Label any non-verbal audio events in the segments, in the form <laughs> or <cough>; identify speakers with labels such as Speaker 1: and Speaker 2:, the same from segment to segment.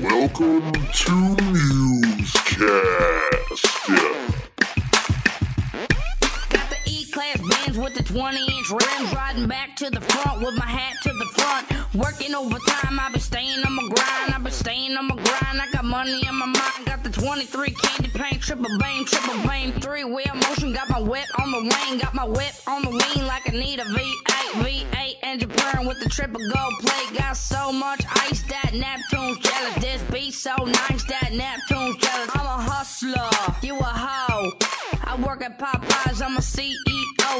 Speaker 1: Welcome to Newscast.
Speaker 2: Got the E-class bands with the 20-inch rims, riding back to the front with my hat to the front. Working overtime, I've been staying on my grind, I've been staying on my grind. I got money in my mind, got the 23 candy paint, triple bang, triple bang, three-wheel motion. Got my whip on the wing, got my whip on the lean like I need a V8, V8 engine purring with the triple gold plate. Got so much ice that Neptune's jealous. This beat so nice that Neptune's jealous. I'm a hustler, you a hoe. I work at Popeyes, I'm a CEO.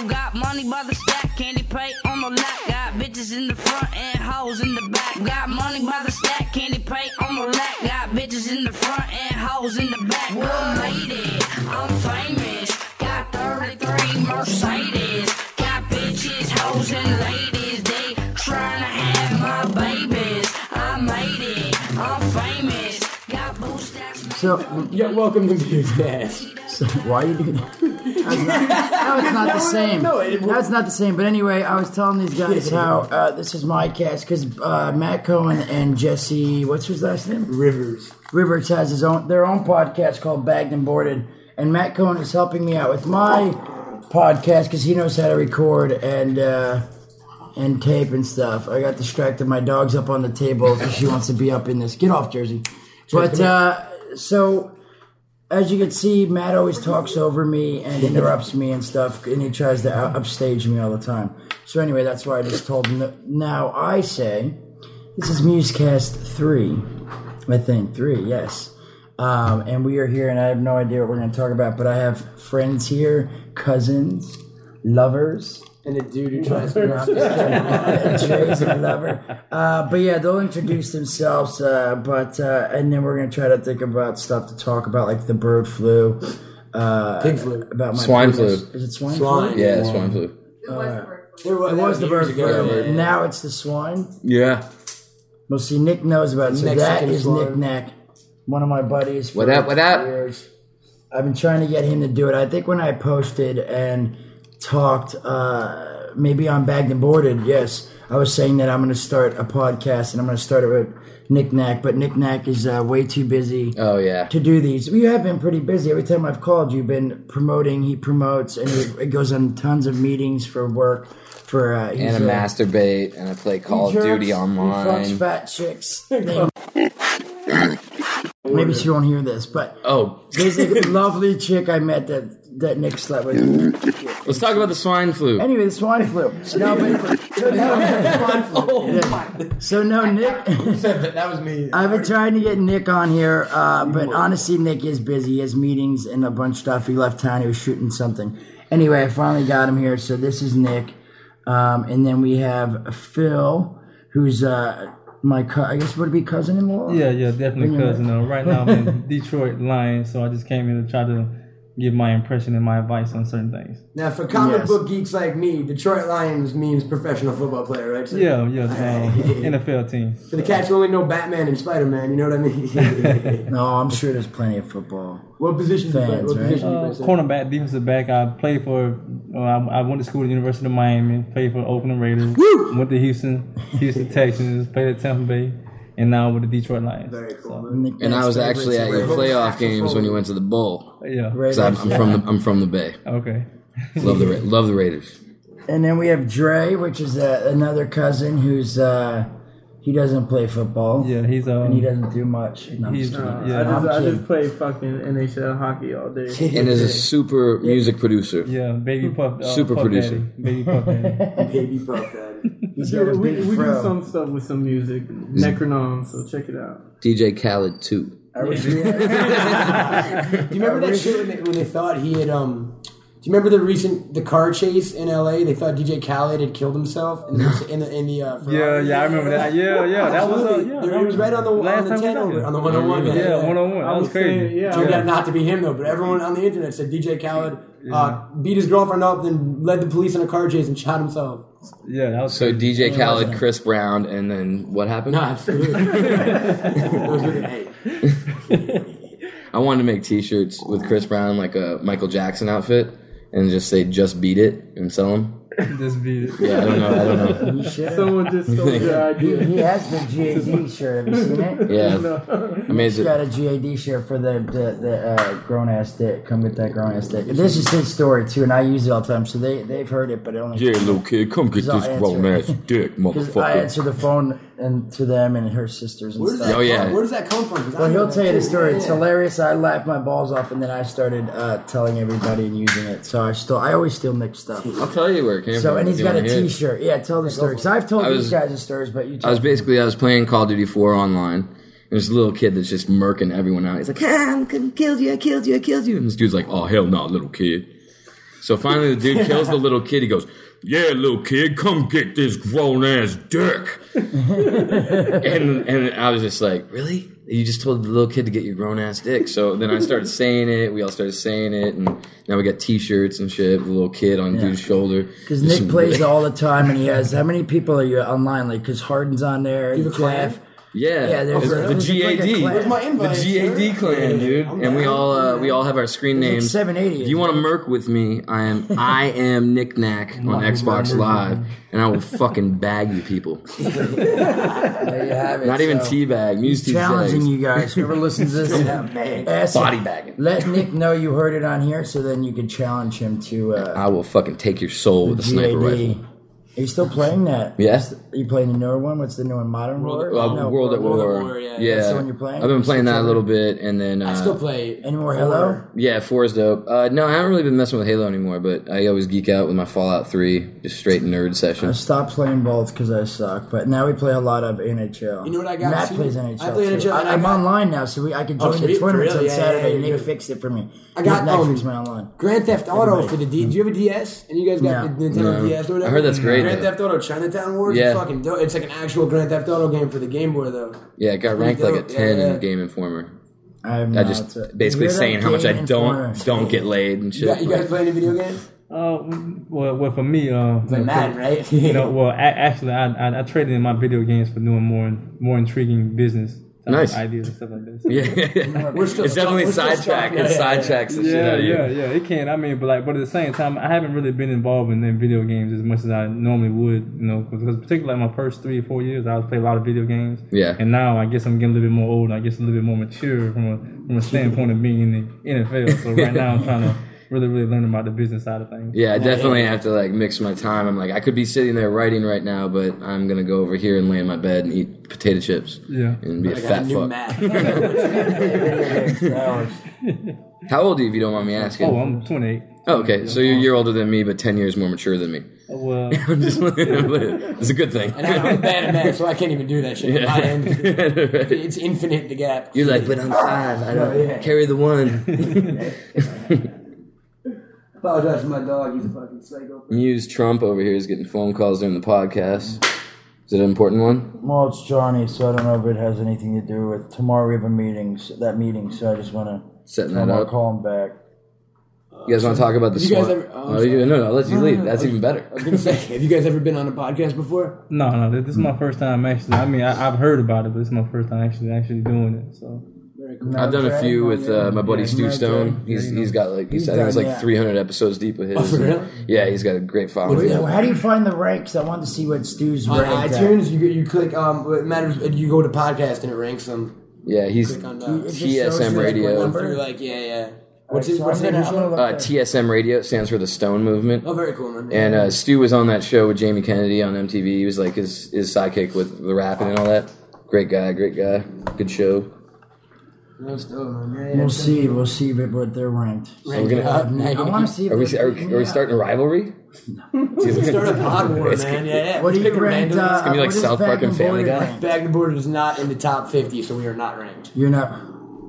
Speaker 2: Got money by the stack, candy paint on the lap. Got bitches in the front and hoes in the back. Got money by the stack, candy paint on the lap. Got bitches in the front and hoes in the back. Well, made it, I'm famous. Got 33 Mercedes. Got bitches, hoes, and ladies. They tryna have my babies. I made it, I'm famous. Got boost that's
Speaker 3: So, <laughs>
Speaker 4: Yeah, welcome to Newscast.
Speaker 3: so why are you doing that? That's not, now it's not the same.
Speaker 4: no, it-
Speaker 3: That's not the same. But anyway, I was telling these guys how uh, this is my cast because uh, Matt Cohen and Jesse, what's his last name?
Speaker 4: Rivers.
Speaker 3: Rivers has his own their own podcast called Bagged and Boarded, and Matt Cohen is helping me out with my podcast because he knows how to record and. Uh, and tape and stuff. I got distracted. My dog's up on the table because she wants to be up in this. Get off, Jersey. But uh, so, as you can see, Matt always talks over me and interrupts me and stuff, and he tries to out- upstage me all the time. So anyway, that's why I just told him. That. Now I say, this is Musecast three, I think three. Yes. Um, and we are here, and I have no idea what we're going to talk about, but I have friends here, cousins,
Speaker 5: <laughs>
Speaker 3: lovers,
Speaker 4: And a dude who tries to pronounce his
Speaker 3: Trey's a lover. Uh, but yeah, they'll introduce themselves. Uh, but uh, and then we're gonna try to think about stuff to talk about, like the bird flu. Uh,
Speaker 4: Pig
Speaker 3: <laughs>
Speaker 4: flu.
Speaker 3: About my
Speaker 5: Swine
Speaker 3: penis.
Speaker 5: flu.
Speaker 3: Is it swine,
Speaker 4: Swine.
Speaker 3: flu?
Speaker 5: Yeah, swine flu.
Speaker 4: There was,
Speaker 3: It was the bird
Speaker 4: ago.
Speaker 3: flu. Now it's the swine.
Speaker 5: Yeah.
Speaker 3: Well, see, Nick knows about it. So that
Speaker 4: Mexican
Speaker 3: is
Speaker 4: swine.
Speaker 3: Nick Knack, one of my buddies. For
Speaker 5: What up, what up?
Speaker 3: Years. I've been trying to get him to do it. I think when I posted and talked, uh, maybe on Bagged and Boarded, yes, I was saying that I'm going to start a podcast and I'm going to start it with Nick Knack, but Nick Knack is uh, way too busy
Speaker 5: Oh yeah.
Speaker 3: to do these. You have been pretty busy. Every time I've called, you've been promoting. He promotes and he, he goes on tons of meetings for work. For uh, he's,
Speaker 5: And I
Speaker 3: uh,
Speaker 5: masturbate and I play Call of
Speaker 3: jerks,
Speaker 5: Duty
Speaker 3: he fucks
Speaker 5: online.
Speaker 3: fat chicks. <laughs> Maybe she won't hear this, but
Speaker 5: Oh, <laughs>
Speaker 3: there's a lovely chick I met that that Nick slept with.
Speaker 5: let's talk about the swine flu.
Speaker 3: Anyway, the swine flu. No, but, so, no, swine flu.
Speaker 4: Oh,
Speaker 3: Yeah. so no,
Speaker 4: <laughs>
Speaker 3: Nick.
Speaker 4: That that was me.
Speaker 3: I've been trying to get Nick on here, uh, but honestly, Nick is busy. He has meetings and a bunch of stuff. He left town. He was shooting something. Anyway, I finally got him here. So this is Nick, um, and then we have Phil, who's uh, my co- I guess would it be cousin-in-law?
Speaker 6: Yeah, yeah, definitely
Speaker 3: Yeah.
Speaker 6: cousin. Uh, right now I'm
Speaker 7: <laughs>
Speaker 6: in Detroit lying, so I just came here to try to give my impression and my advice on certain things.
Speaker 4: Now, for comic
Speaker 3: Yes.
Speaker 4: book geeks like me, Detroit Lions means professional football player, right? So
Speaker 6: Yeah, yeah, uh, so
Speaker 7: <laughs>
Speaker 6: NFL team.
Speaker 4: For the cats who only know Batman and Spider Man, you know what
Speaker 3: <laughs>
Speaker 4: I mean?
Speaker 3: No, I'm sure there's plenty of football.
Speaker 4: what position do you play?
Speaker 3: Fans,
Speaker 4: What
Speaker 3: right?
Speaker 4: position do you
Speaker 6: Uh,
Speaker 4: play? sir?
Speaker 6: cornerback, defensive back. I played for. Uh, I, I went to school at the University of Miami. Played for Oakland Raiders. Went to Houston,
Speaker 7: <laughs>
Speaker 6: Houston Texans. Played at Tampa Bay, and now with the Detroit Lions.
Speaker 4: Very cool.
Speaker 6: So,
Speaker 3: Nick
Speaker 5: And I
Speaker 3: Nack's
Speaker 5: was
Speaker 3: favorite
Speaker 5: actually at your
Speaker 3: celebrity.
Speaker 5: playoff games when you went to the bowl.
Speaker 6: yeah.
Speaker 3: Raiders,
Speaker 5: 'Cause I'm, I'm from the I'm from the Bay.
Speaker 6: Okay.
Speaker 5: Love the Ra- love the Raiders.
Speaker 3: And then we have Dre, which is uh, another cousin who's uh, he doesn't play football.
Speaker 6: Yeah, he's uh.
Speaker 3: And he doesn't do much. No, I'm
Speaker 6: He's-
Speaker 3: just kidding.
Speaker 6: yeah. I
Speaker 3: I'm
Speaker 6: just-
Speaker 3: kidding.
Speaker 7: play fucking NHL hockey all day.
Speaker 5: And is a super music producer.
Speaker 6: Yeah, baby puff. Uh,
Speaker 5: Super
Speaker 6: Puff
Speaker 5: producer.
Speaker 6: Daddy. Baby puff. Daddy.
Speaker 7: <laughs>
Speaker 4: Baby Puff Daddy.
Speaker 3: He's
Speaker 7: Yeah,
Speaker 3: got a
Speaker 7: we,
Speaker 3: big
Speaker 7: we do
Speaker 3: fro.
Speaker 7: some stuff with some music, Necronom. So check it out.
Speaker 5: DJ Khaled too.
Speaker 3: I wish we
Speaker 7: <laughs>
Speaker 3: had-
Speaker 4: Do you remember that shit when they, when they thought he had um? Do you remember the recent the car chase in L.A.? They thought DJ Khaled had killed himself in
Speaker 6: <laughs>
Speaker 4: the in the, in the uh,
Speaker 6: Yeah,
Speaker 4: Ferrari?
Speaker 6: yeah, I remember that. Yeah, yeah, that was. Uh, yeah,
Speaker 4: Absolutely.
Speaker 6: that
Speaker 4: he was right on the
Speaker 6: last
Speaker 4: on the
Speaker 6: time we
Speaker 4: ten
Speaker 6: got
Speaker 4: over
Speaker 6: here.
Speaker 4: on the one on one.
Speaker 6: Yeah, one on one.
Speaker 7: I
Speaker 6: That was
Speaker 7: was saying,
Speaker 6: crazy.
Speaker 7: yeah.
Speaker 4: Turned out not to be him though, but everyone on the internet said DJ Khaled uh, beat his girlfriend up, then led the police in a car chase and shot himself.
Speaker 6: Yeah, that was
Speaker 5: So
Speaker 6: crazy.
Speaker 5: DJ Khaled, Chris Brown, and then what happened?
Speaker 3: <laughs>
Speaker 4: No, absolutely. Those were the- hey,
Speaker 5: <laughs> I wanted to make T-shirts with Chris Brown like a Michael Jackson outfit, and just say "Just Beat It" and sell them.
Speaker 6: Just beat it.
Speaker 5: Yeah, I don't know. I don't <laughs> know.
Speaker 3: Shit.
Speaker 7: Someone just
Speaker 3: <laughs>
Speaker 7: stole your
Speaker 3: he, he
Speaker 7: idea.
Speaker 3: has the
Speaker 7: <laughs>
Speaker 3: GAD shirt. Have you seen it?
Speaker 5: Yeah,
Speaker 7: No.
Speaker 5: I mean, is
Speaker 3: He's
Speaker 5: it,
Speaker 3: got a GAD shirt for the the, the uh, grown ass dick. Come get that grown ass dick. This is his story too, and I use it all the time. So they they've heard it, but it only
Speaker 5: yeah, little kid, come get
Speaker 3: I'll
Speaker 5: this grown ass
Speaker 3: answer.
Speaker 5: dick,
Speaker 3: because I
Speaker 5: motherfucker.
Speaker 3: answer the phone and to them and her sisters and
Speaker 4: Where does
Speaker 3: stuff.
Speaker 4: that?
Speaker 5: Oh, yeah.
Speaker 4: Come, where does that come from? 'Cause I
Speaker 3: Well,
Speaker 4: know
Speaker 3: he'll
Speaker 5: Oh,
Speaker 4: that
Speaker 3: tell you the
Speaker 4: too.
Speaker 3: story.
Speaker 4: Yeah.
Speaker 3: It's hilarious. I laughed my balls off, and then I started uh, telling everybody and using it. So I still, I always steal Nick's stuff.
Speaker 5: I'll tell you where it came
Speaker 3: So
Speaker 5: from.
Speaker 3: and
Speaker 5: if
Speaker 3: he's
Speaker 5: you
Speaker 3: got a
Speaker 5: wanna hear it.
Speaker 3: T-shirt. Yeah, tell the story. Because I've told
Speaker 5: I
Speaker 3: these
Speaker 5: was-
Speaker 3: guys the stories, but you.
Speaker 5: I was
Speaker 3: tell-
Speaker 5: basically I was playing Call of Duty 4 online. And this little kid that's just murking everyone out. He's like, ah, I'm gonna kill you, I killed you, I killed you. And this dude's like, oh hell no, little kid. So finally the dude kills the little kid. He goes, yeah, little kid, come get this grown ass dick. <laughs> and and I was just like, really? You just told the little kid to get your grown ass dick. So then I started saying it. We all started saying it, and now we got T-shirts and shit. with The little kid on dude's shoulder.
Speaker 3: Because Nick plays all the time, and he has how many people are you online? Like, because Harden's on there, and
Speaker 4: have a clan?
Speaker 3: Claff.
Speaker 5: <laughs> Yeah,
Speaker 3: Yeah, there's
Speaker 5: it's
Speaker 3: a-
Speaker 5: the
Speaker 3: there's a- like a
Speaker 5: GAD.
Speaker 3: clan. Where's
Speaker 4: my invite,
Speaker 5: The GAD
Speaker 4: sir?
Speaker 5: clan, dude.
Speaker 4: I'm
Speaker 5: and we
Speaker 4: down.
Speaker 5: all uh, we all have our screen names.
Speaker 3: seven eighty.
Speaker 5: If you want to merc with me, I am I am Nick
Speaker 3: <laughs>
Speaker 5: Knack on Xbox Live, and I will fucking bag you
Speaker 3: <laughs>
Speaker 5: people.
Speaker 3: There you have it.
Speaker 5: Not even
Speaker 3: so.
Speaker 5: teabag, muse
Speaker 3: Challenging
Speaker 5: teabags,
Speaker 3: you guys. Whoever listens to
Speaker 5: <laughs>
Speaker 3: this, ask him.
Speaker 5: body bagging.
Speaker 3: Let Nick know you heard it on here, so then you can challenge him to uh,
Speaker 5: I will fucking take your soul with a sniper rifle.
Speaker 3: GAD. Are you still playing that?
Speaker 5: Yes.
Speaker 3: Are you playing the newer one? What's the new one? Modern
Speaker 4: World-
Speaker 3: War?
Speaker 5: Uh,
Speaker 3: No,
Speaker 5: World at War.
Speaker 4: War, yeah.
Speaker 3: That's the one you're playing?
Speaker 5: I've been playing that a
Speaker 3: Still
Speaker 5: little bit, and then uh,
Speaker 4: I still play.
Speaker 3: Any more hello?
Speaker 5: Yeah, four is dope. Uh, no, I haven't really been messing with Halo anymore, but I always geek out with my Fallout Three, just straight nerd
Speaker 3: I
Speaker 5: session.
Speaker 3: stopped playing both because I suck, but now we play a lot of NHL.
Speaker 4: You know what I got,
Speaker 3: Matt
Speaker 4: too?
Speaker 3: plays NHL.
Speaker 4: I play
Speaker 3: too.
Speaker 4: NHL, and
Speaker 3: I,
Speaker 4: I
Speaker 3: am
Speaker 4: got-
Speaker 3: online now, so we, I can join the
Speaker 4: sweet,
Speaker 3: tournaments
Speaker 4: really?
Speaker 3: on
Speaker 4: Yeah,
Speaker 3: Saturday.
Speaker 4: yeah,
Speaker 3: and Nick
Speaker 4: yeah.
Speaker 3: fixed it for me.
Speaker 4: I got,
Speaker 3: Nick
Speaker 4: um,
Speaker 3: fixed mine online.
Speaker 4: Grand Theft Auto for the D. Do you have a DS? And you guys got
Speaker 3: No.
Speaker 4: the Nintendo
Speaker 5: No.
Speaker 4: DS or whatever?
Speaker 5: I heard that's great,
Speaker 4: Grand
Speaker 5: though.
Speaker 4: Theft Auto Chinatown Wars
Speaker 5: Yeah.
Speaker 4: is fucking dope. It's like an actual Grand Theft Auto game for the Game Boy, though.
Speaker 5: Yeah, it got ranked like
Speaker 4: pretty
Speaker 5: a
Speaker 4: dope.
Speaker 5: ten
Speaker 4: Yeah, yeah.
Speaker 5: in Game Informer.
Speaker 3: I, have
Speaker 5: I
Speaker 3: not.
Speaker 5: just
Speaker 3: It's a-
Speaker 5: basically
Speaker 3: You're that
Speaker 5: saying how much I
Speaker 3: game
Speaker 5: don't
Speaker 3: informer. <laughs>
Speaker 5: don't get laid and shit.
Speaker 4: You, got, you guys play any video game?
Speaker 6: Uh, well, well, for me, uh,
Speaker 4: Like
Speaker 3: <laughs>
Speaker 4: Madden, right? You
Speaker 6: you know, well, I, actually, I, I I traded in my video games for doing more more intriguing business type
Speaker 5: Nice.
Speaker 6: ideas and stuff like this.
Speaker 5: yeah,
Speaker 4: <laughs> We're still-
Speaker 5: <laughs> it's definitely
Speaker 4: we're still
Speaker 5: sidetrack.
Speaker 4: stuck.
Speaker 5: It
Speaker 4: Yeah, yeah, yeah.
Speaker 5: sidetracks the shit
Speaker 6: <laughs> Yeah,
Speaker 5: out of you.
Speaker 6: yeah, yeah. It can. I mean, but like, but at the same time, I haven't really been involved in, in video games as much as I normally would. You know, because particularly like my first three or four years, I was playing a lot of video games.
Speaker 5: Yeah.
Speaker 6: And now I guess I'm getting a little bit more old. I guess a little bit more mature from a from a standpoint of being in the NFL. So right now I'm trying <laughs> to really, really learn about the business side of things.
Speaker 5: Yeah, I definitely have to like mix my time. I'm like, I could be sitting there writing right now, but I'm gonna go over here and lay in my bed and eat potato chips
Speaker 6: Yeah.
Speaker 5: and be a
Speaker 4: I got
Speaker 5: <laughs>
Speaker 4: a
Speaker 5: fat
Speaker 4: new
Speaker 5: fuck. <laughs>
Speaker 4: Mac. <laughs>
Speaker 5: How old are you, if you don't mind me asking?
Speaker 6: Oh, I'm 28.
Speaker 5: Oh, okay, so you're a year older than me, but ten years more mature than me. <laughs>
Speaker 6: Well,
Speaker 5: I'm just it's a good thing.
Speaker 4: and
Speaker 5: <laughs>
Speaker 4: I, I'm bad at Mac, so I can't even do that shit. My end,
Speaker 5: <laughs> You're
Speaker 4: it's infinite, the gap.
Speaker 5: like, but I'm five. I don't carry the one.
Speaker 4: <laughs>
Speaker 5: <laughs>
Speaker 4: Apologize to my dog. He's a fucking psycho.
Speaker 5: Muse Trump over here is getting phone calls during the podcast. Is it an important one?
Speaker 3: Well, it's Johnny, so I don't know if it has anything to do with tomorrow. We have a meeting, so, that meeting, so I just want to
Speaker 5: Setting that up.
Speaker 3: call him back.
Speaker 5: You guys want to talk about the
Speaker 4: You guys
Speaker 5: SWAT?
Speaker 4: ever- oh, I'm
Speaker 5: Oh, you- no, no, let you leave. That's even better.
Speaker 4: I was gonna say, have you guys ever been on a podcast before?
Speaker 6: no, no. This is my first time actually. I mean, I, I've heard about it, but it's my first time actually actually doing it. So.
Speaker 4: Very cool.
Speaker 5: I've done a few with uh, my buddy
Speaker 3: Yeah,
Speaker 5: Stu
Speaker 3: Matt
Speaker 5: Stone.
Speaker 3: Dillon.
Speaker 5: He's he's got like he's,
Speaker 3: He's
Speaker 5: I think it's
Speaker 3: done,
Speaker 5: like
Speaker 3: yeah.
Speaker 5: 300 episodes deep with
Speaker 4: Oh,
Speaker 5: his.
Speaker 4: for real? Oh,
Speaker 5: Yeah, he's got a great following.
Speaker 3: Yeah, well, how do you find the ranks? I wanted to see what Stu's
Speaker 4: On
Speaker 3: ranked at.
Speaker 4: iTunes, you, you click. Um, it matters. You go to podcast and it ranks them.
Speaker 5: Yeah, he's
Speaker 4: Click on uh, the-
Speaker 3: It just shows
Speaker 5: TSM
Speaker 3: you, like, what
Speaker 5: Radio.
Speaker 3: number-
Speaker 4: Through like yeah yeah. What's
Speaker 3: Alright,
Speaker 4: his
Speaker 3: so
Speaker 4: What's
Speaker 3: I'm
Speaker 4: the name
Speaker 3: gonna-
Speaker 4: of
Speaker 3: I'm
Speaker 4: your
Speaker 3: gonna
Speaker 4: show?
Speaker 5: Uh,
Speaker 3: look that-
Speaker 5: TSM Radio stands for the Stone Movement.
Speaker 4: Oh, very cool, man.
Speaker 5: And uh, Stu was on that show with Jamie Kennedy on MTV. He was like his his sidekick with the rapping and all that. Great guy, great guy, good show.
Speaker 4: That's dope, man. Yeah, yeah,
Speaker 3: We'll
Speaker 4: it's
Speaker 3: see. We'll see if it, what they're ranked.
Speaker 4: Rank
Speaker 5: gonna-
Speaker 4: it up, <laughs> man.
Speaker 3: I want to see. If
Speaker 5: Are we
Speaker 3: they're
Speaker 5: are
Speaker 3: beating
Speaker 5: we,
Speaker 3: me
Speaker 5: are we
Speaker 3: up.
Speaker 5: starting a
Speaker 4: <laughs>
Speaker 5: rivalry? <laughs>
Speaker 4: Start
Speaker 3: <laughs>
Speaker 4: a pod war,
Speaker 5: It's-
Speaker 4: man. Yeah, yeah.
Speaker 3: What do
Speaker 4: Let's
Speaker 3: you
Speaker 4: pick a
Speaker 3: ranked?
Speaker 4: random-
Speaker 3: Uh,
Speaker 5: gonna be like
Speaker 3: what is
Speaker 5: South Park
Speaker 3: Back
Speaker 5: and Family
Speaker 3: Boarded
Speaker 5: Guy.
Speaker 3: ranked?
Speaker 4: Bag the Border is not in the top 50, so we are not ranked.
Speaker 3: You're not.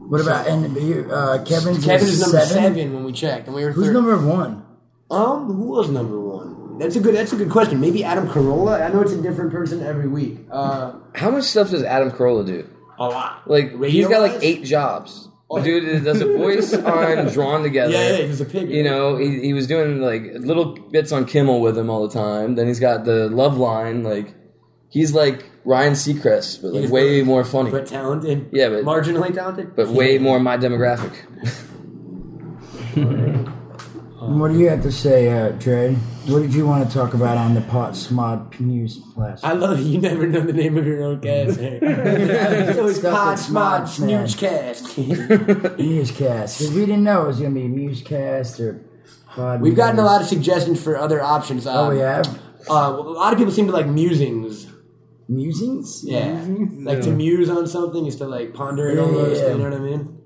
Speaker 3: What about and you, uh, Kevin's
Speaker 4: Kevin
Speaker 3: is
Speaker 4: is number
Speaker 3: seven?
Speaker 4: seven? when we checked, and we were
Speaker 3: Who's
Speaker 4: third.
Speaker 3: number one?
Speaker 4: Um, who was number one? That's a good. That's a good question. Maybe Adam Carolla. I know it's a different person every week. Uh,
Speaker 5: How much stuff does Adam Carolla do?
Speaker 4: a lot.
Speaker 5: Like he's got like
Speaker 4: Radio-wise?
Speaker 5: eight
Speaker 4: <laughs>
Speaker 5: jobs. The dude that does a voice on Drawn Together.
Speaker 4: Yeah, yeah, he's a pig.
Speaker 5: You know, he, he was doing like little bits on Kimmel with him all the time. Then he's got the Love Line. Like he's like Ryan Seacrest, but like
Speaker 4: He's
Speaker 5: way
Speaker 4: the-
Speaker 5: more funny,
Speaker 4: but
Speaker 5: but,
Speaker 4: talented.
Speaker 5: Yeah, but-
Speaker 4: <laughs> marginally talented.
Speaker 5: way more my demographic.
Speaker 3: What do you have to say, uh, Trey? What did you want to talk about on the Pot Smod Muse Plus?
Speaker 4: I love that you never know the name of your own cast. Mm. <laughs> it's always
Speaker 3: Stuff
Speaker 4: Pod
Speaker 3: that's
Speaker 4: Smod
Speaker 3: mod fan.
Speaker 4: Snooch Cast.
Speaker 3: Musecast. 'Cause we didn't know it was going to be Musecast or Pod.
Speaker 4: We've gotten a lot of suggestions for other options. Um,
Speaker 3: Oh, we have?
Speaker 4: Uh, a lot of people seem to like musings.
Speaker 3: Musings?
Speaker 4: Yeah.
Speaker 5: Mm-hmm.
Speaker 4: Like to
Speaker 6: Yeah.
Speaker 4: muse on something is to like ponder it almost.
Speaker 3: Yeah.
Speaker 4: You know what I mean?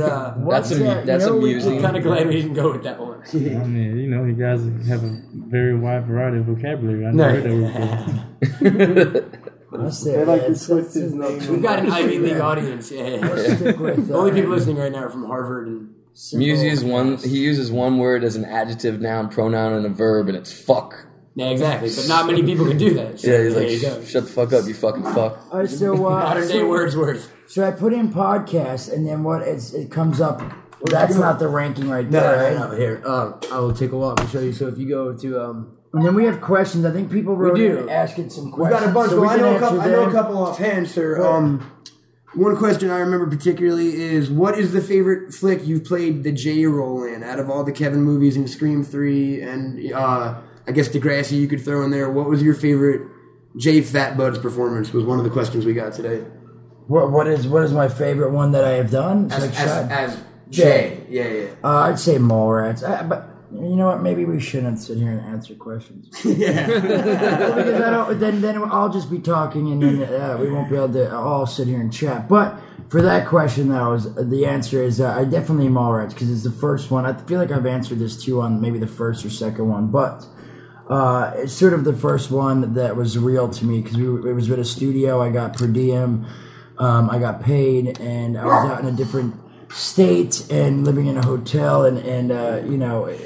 Speaker 5: <laughs>
Speaker 4: uh,
Speaker 5: That's
Speaker 3: What's
Speaker 5: a-
Speaker 3: that?
Speaker 5: that's
Speaker 3: You know, we-
Speaker 5: amusing.
Speaker 4: I'm kind of glad we didn't go with that
Speaker 5: <laughs>
Speaker 4: one.
Speaker 6: I mean, you know, you guys have a very wide variety of vocabulary. I never heard that before.
Speaker 3: What's
Speaker 7: They
Speaker 3: that?
Speaker 7: like to
Speaker 3: That's-
Speaker 7: twist
Speaker 3: that's-
Speaker 7: his name.
Speaker 4: <laughs> We've got an Ivy League audience. Yeah.
Speaker 3: stick with,
Speaker 4: The only
Speaker 3: uh,
Speaker 4: people listening right now are from Harvard and
Speaker 3: simple-
Speaker 4: Oh,
Speaker 5: Muse is one. He uses one word as an adjective, noun, pronoun, and a verb, and it's fuck.
Speaker 4: yeah, exactly. But not many people can do that. So
Speaker 5: Yeah, he's
Speaker 4: there
Speaker 5: like,
Speaker 4: you go.
Speaker 5: "Sh- shut the fuck up, you fucking fuck.
Speaker 3: All
Speaker 5: <laughs>
Speaker 3: right, so, uh,
Speaker 4: modern day
Speaker 3: so,
Speaker 4: Wordsworth.
Speaker 3: so I put in podcast, and then what? It's, it comes up. That's not the ranking right
Speaker 4: No,
Speaker 3: there, right?
Speaker 4: no, no, here. Um, I will take a walk and show you. So if you go to um,
Speaker 3: And then we have questions. I think people wrote
Speaker 4: do.
Speaker 3: in asking some
Speaker 4: We've
Speaker 3: questions.
Speaker 4: got a bunch.
Speaker 3: so we
Speaker 4: well, I
Speaker 3: can
Speaker 4: know a
Speaker 3: answer
Speaker 4: couple. I know a
Speaker 3: them.
Speaker 4: couple offhand, sir.
Speaker 3: Go ahead.
Speaker 4: Um, one question I remember particularly is what is the favorite flick you've played the J role in out of all the Kevin movies and Scream Three and uh, I guess Degrassi you could throw in there. What was your favorite J Fat Bud's performance? Was one of the questions we got today.
Speaker 3: What, what is what is my favorite one that I have done? It's
Speaker 4: As,
Speaker 3: like
Speaker 4: as,
Speaker 3: shot-
Speaker 4: as Jay. Yeah, yeah.
Speaker 3: uh, I'd say Mallrats, I, but you know what? Maybe we shouldn't sit here and answer questions because I don't. Then then I'll just be talking, and then uh, we won't be able to all sit here and chat. But for that question, though, is the answer is uh, I definitely Mallrats because it's the first one. I feel like I've answered this too on maybe the first or second one, but. uh, it's sort of the first one that was real to me because we were, it was with a studio. I got per diem, um, I got paid, and I was out in a different state and living in a hotel, and and uh, you know, it,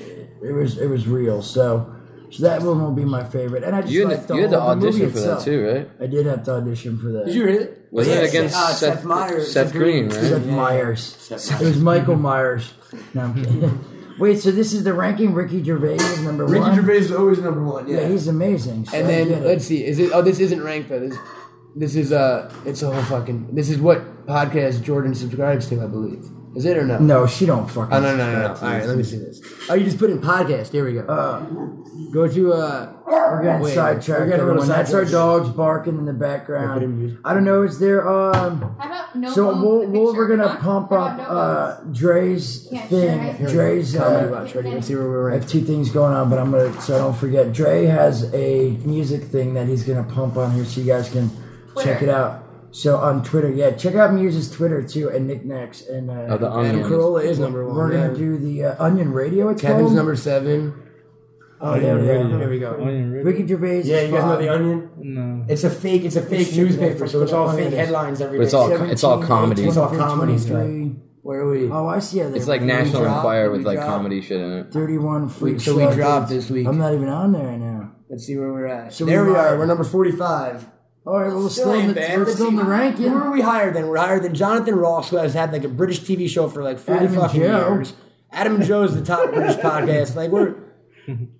Speaker 3: it was it was real. So, so that one will be my favorite. And I just
Speaker 5: You had,
Speaker 3: liked
Speaker 5: to,
Speaker 3: the
Speaker 5: you had to
Speaker 3: whole- the movie
Speaker 5: audition for that
Speaker 3: itself.
Speaker 5: too, right?
Speaker 3: I did have to audition for that.
Speaker 4: Did you really?
Speaker 5: Was
Speaker 4: Yeah,
Speaker 5: it against
Speaker 4: uh,
Speaker 5: Seth,
Speaker 4: Seth Meyers,
Speaker 5: Seth
Speaker 4: the
Speaker 5: Green,
Speaker 4: Green.
Speaker 5: right?
Speaker 3: Seth Myers.
Speaker 4: Seth
Speaker 3: It was Michael Myers. No, I'm kidding. <laughs> Wait, so this is the ranking. Ricky Gervais is number one.
Speaker 4: is always number one.
Speaker 3: Yeah, he's amazing. So
Speaker 4: And
Speaker 3: I get
Speaker 4: then
Speaker 3: it.
Speaker 4: let's see. Is it? Oh, this isn't ranked though. This, this is uh, it's a whole fucking. This is what podcast Jordan subscribes to, I believe. Is it or no?
Speaker 3: No, she don't fucking.
Speaker 4: Oh, no, no, no, no. All right, let me see this. Oh, you just put in podcast. Here we go. go to uh.
Speaker 3: We're getting
Speaker 4: Wait,
Speaker 3: sidetracked,
Speaker 4: we're getting a little
Speaker 3: everyone. That's our
Speaker 4: sidetracked.
Speaker 3: dogs barking in the background. I don't know. Is there? Um,
Speaker 8: How about no
Speaker 3: so
Speaker 8: phones in
Speaker 3: we'll,
Speaker 8: the
Speaker 3: we'll,
Speaker 8: picture,
Speaker 3: we're gonna
Speaker 8: huh?
Speaker 3: pump
Speaker 8: How
Speaker 3: up
Speaker 8: about no
Speaker 3: uh, Dre's
Speaker 8: Yeah,
Speaker 3: thing.
Speaker 8: sure, I-
Speaker 3: Dre's.
Speaker 4: Comedy
Speaker 3: Uh,
Speaker 4: Watch, right? You can see where we're
Speaker 3: I have
Speaker 4: ranked.
Speaker 3: two things going on, but I'm gonna so I don't forget. Dre has a music thing that he's gonna pump on here, so you guys can check
Speaker 8: Twitter.
Speaker 3: it out. So on Twitter, yeah, check out Muse's Twitter too, and Knickknacks and uh,
Speaker 5: Oh, the
Speaker 4: Adam
Speaker 5: onion.
Speaker 4: Carolla is number one.
Speaker 3: We're gonna
Speaker 4: yeah.
Speaker 3: do the uh, Onion Radio. It's
Speaker 4: Kevin's
Speaker 3: called.
Speaker 4: number seven.
Speaker 3: oh, there we
Speaker 6: Onion
Speaker 3: are.
Speaker 6: Radio.
Speaker 4: Here we go.
Speaker 6: Onion Ridge?
Speaker 3: Ricky Gervais. is five.
Speaker 4: Onion?
Speaker 6: No.
Speaker 4: It's a fake. It's a fake newspaper, so it's all fake headlines every day.
Speaker 5: It's all it's all
Speaker 3: 17,
Speaker 5: comedy.
Speaker 4: It's all comedy
Speaker 3: 23.
Speaker 4: Where are we?
Speaker 3: Oh, I see. how they-
Speaker 5: It's like National
Speaker 4: drop?
Speaker 5: Enquirer
Speaker 4: Did
Speaker 5: with
Speaker 4: we
Speaker 5: like
Speaker 4: drop?
Speaker 5: comedy shit in it.
Speaker 3: thirty-one free.
Speaker 4: So we dropped this week.
Speaker 3: I'm not even on there right now.
Speaker 4: Let's see where we're at.
Speaker 3: So
Speaker 4: there
Speaker 3: we
Speaker 4: we
Speaker 3: are.
Speaker 4: are. We're number forty-five.
Speaker 3: All right, well, we're still, in the, we're still in the ranking.
Speaker 4: Where are we higher than? We're higher than Jonathan Ross, who has had like a British TV show for like forty
Speaker 3: Adam and
Speaker 4: fucking
Speaker 3: Joe.
Speaker 4: years. Adam and Joe is the top British podcast. Like we're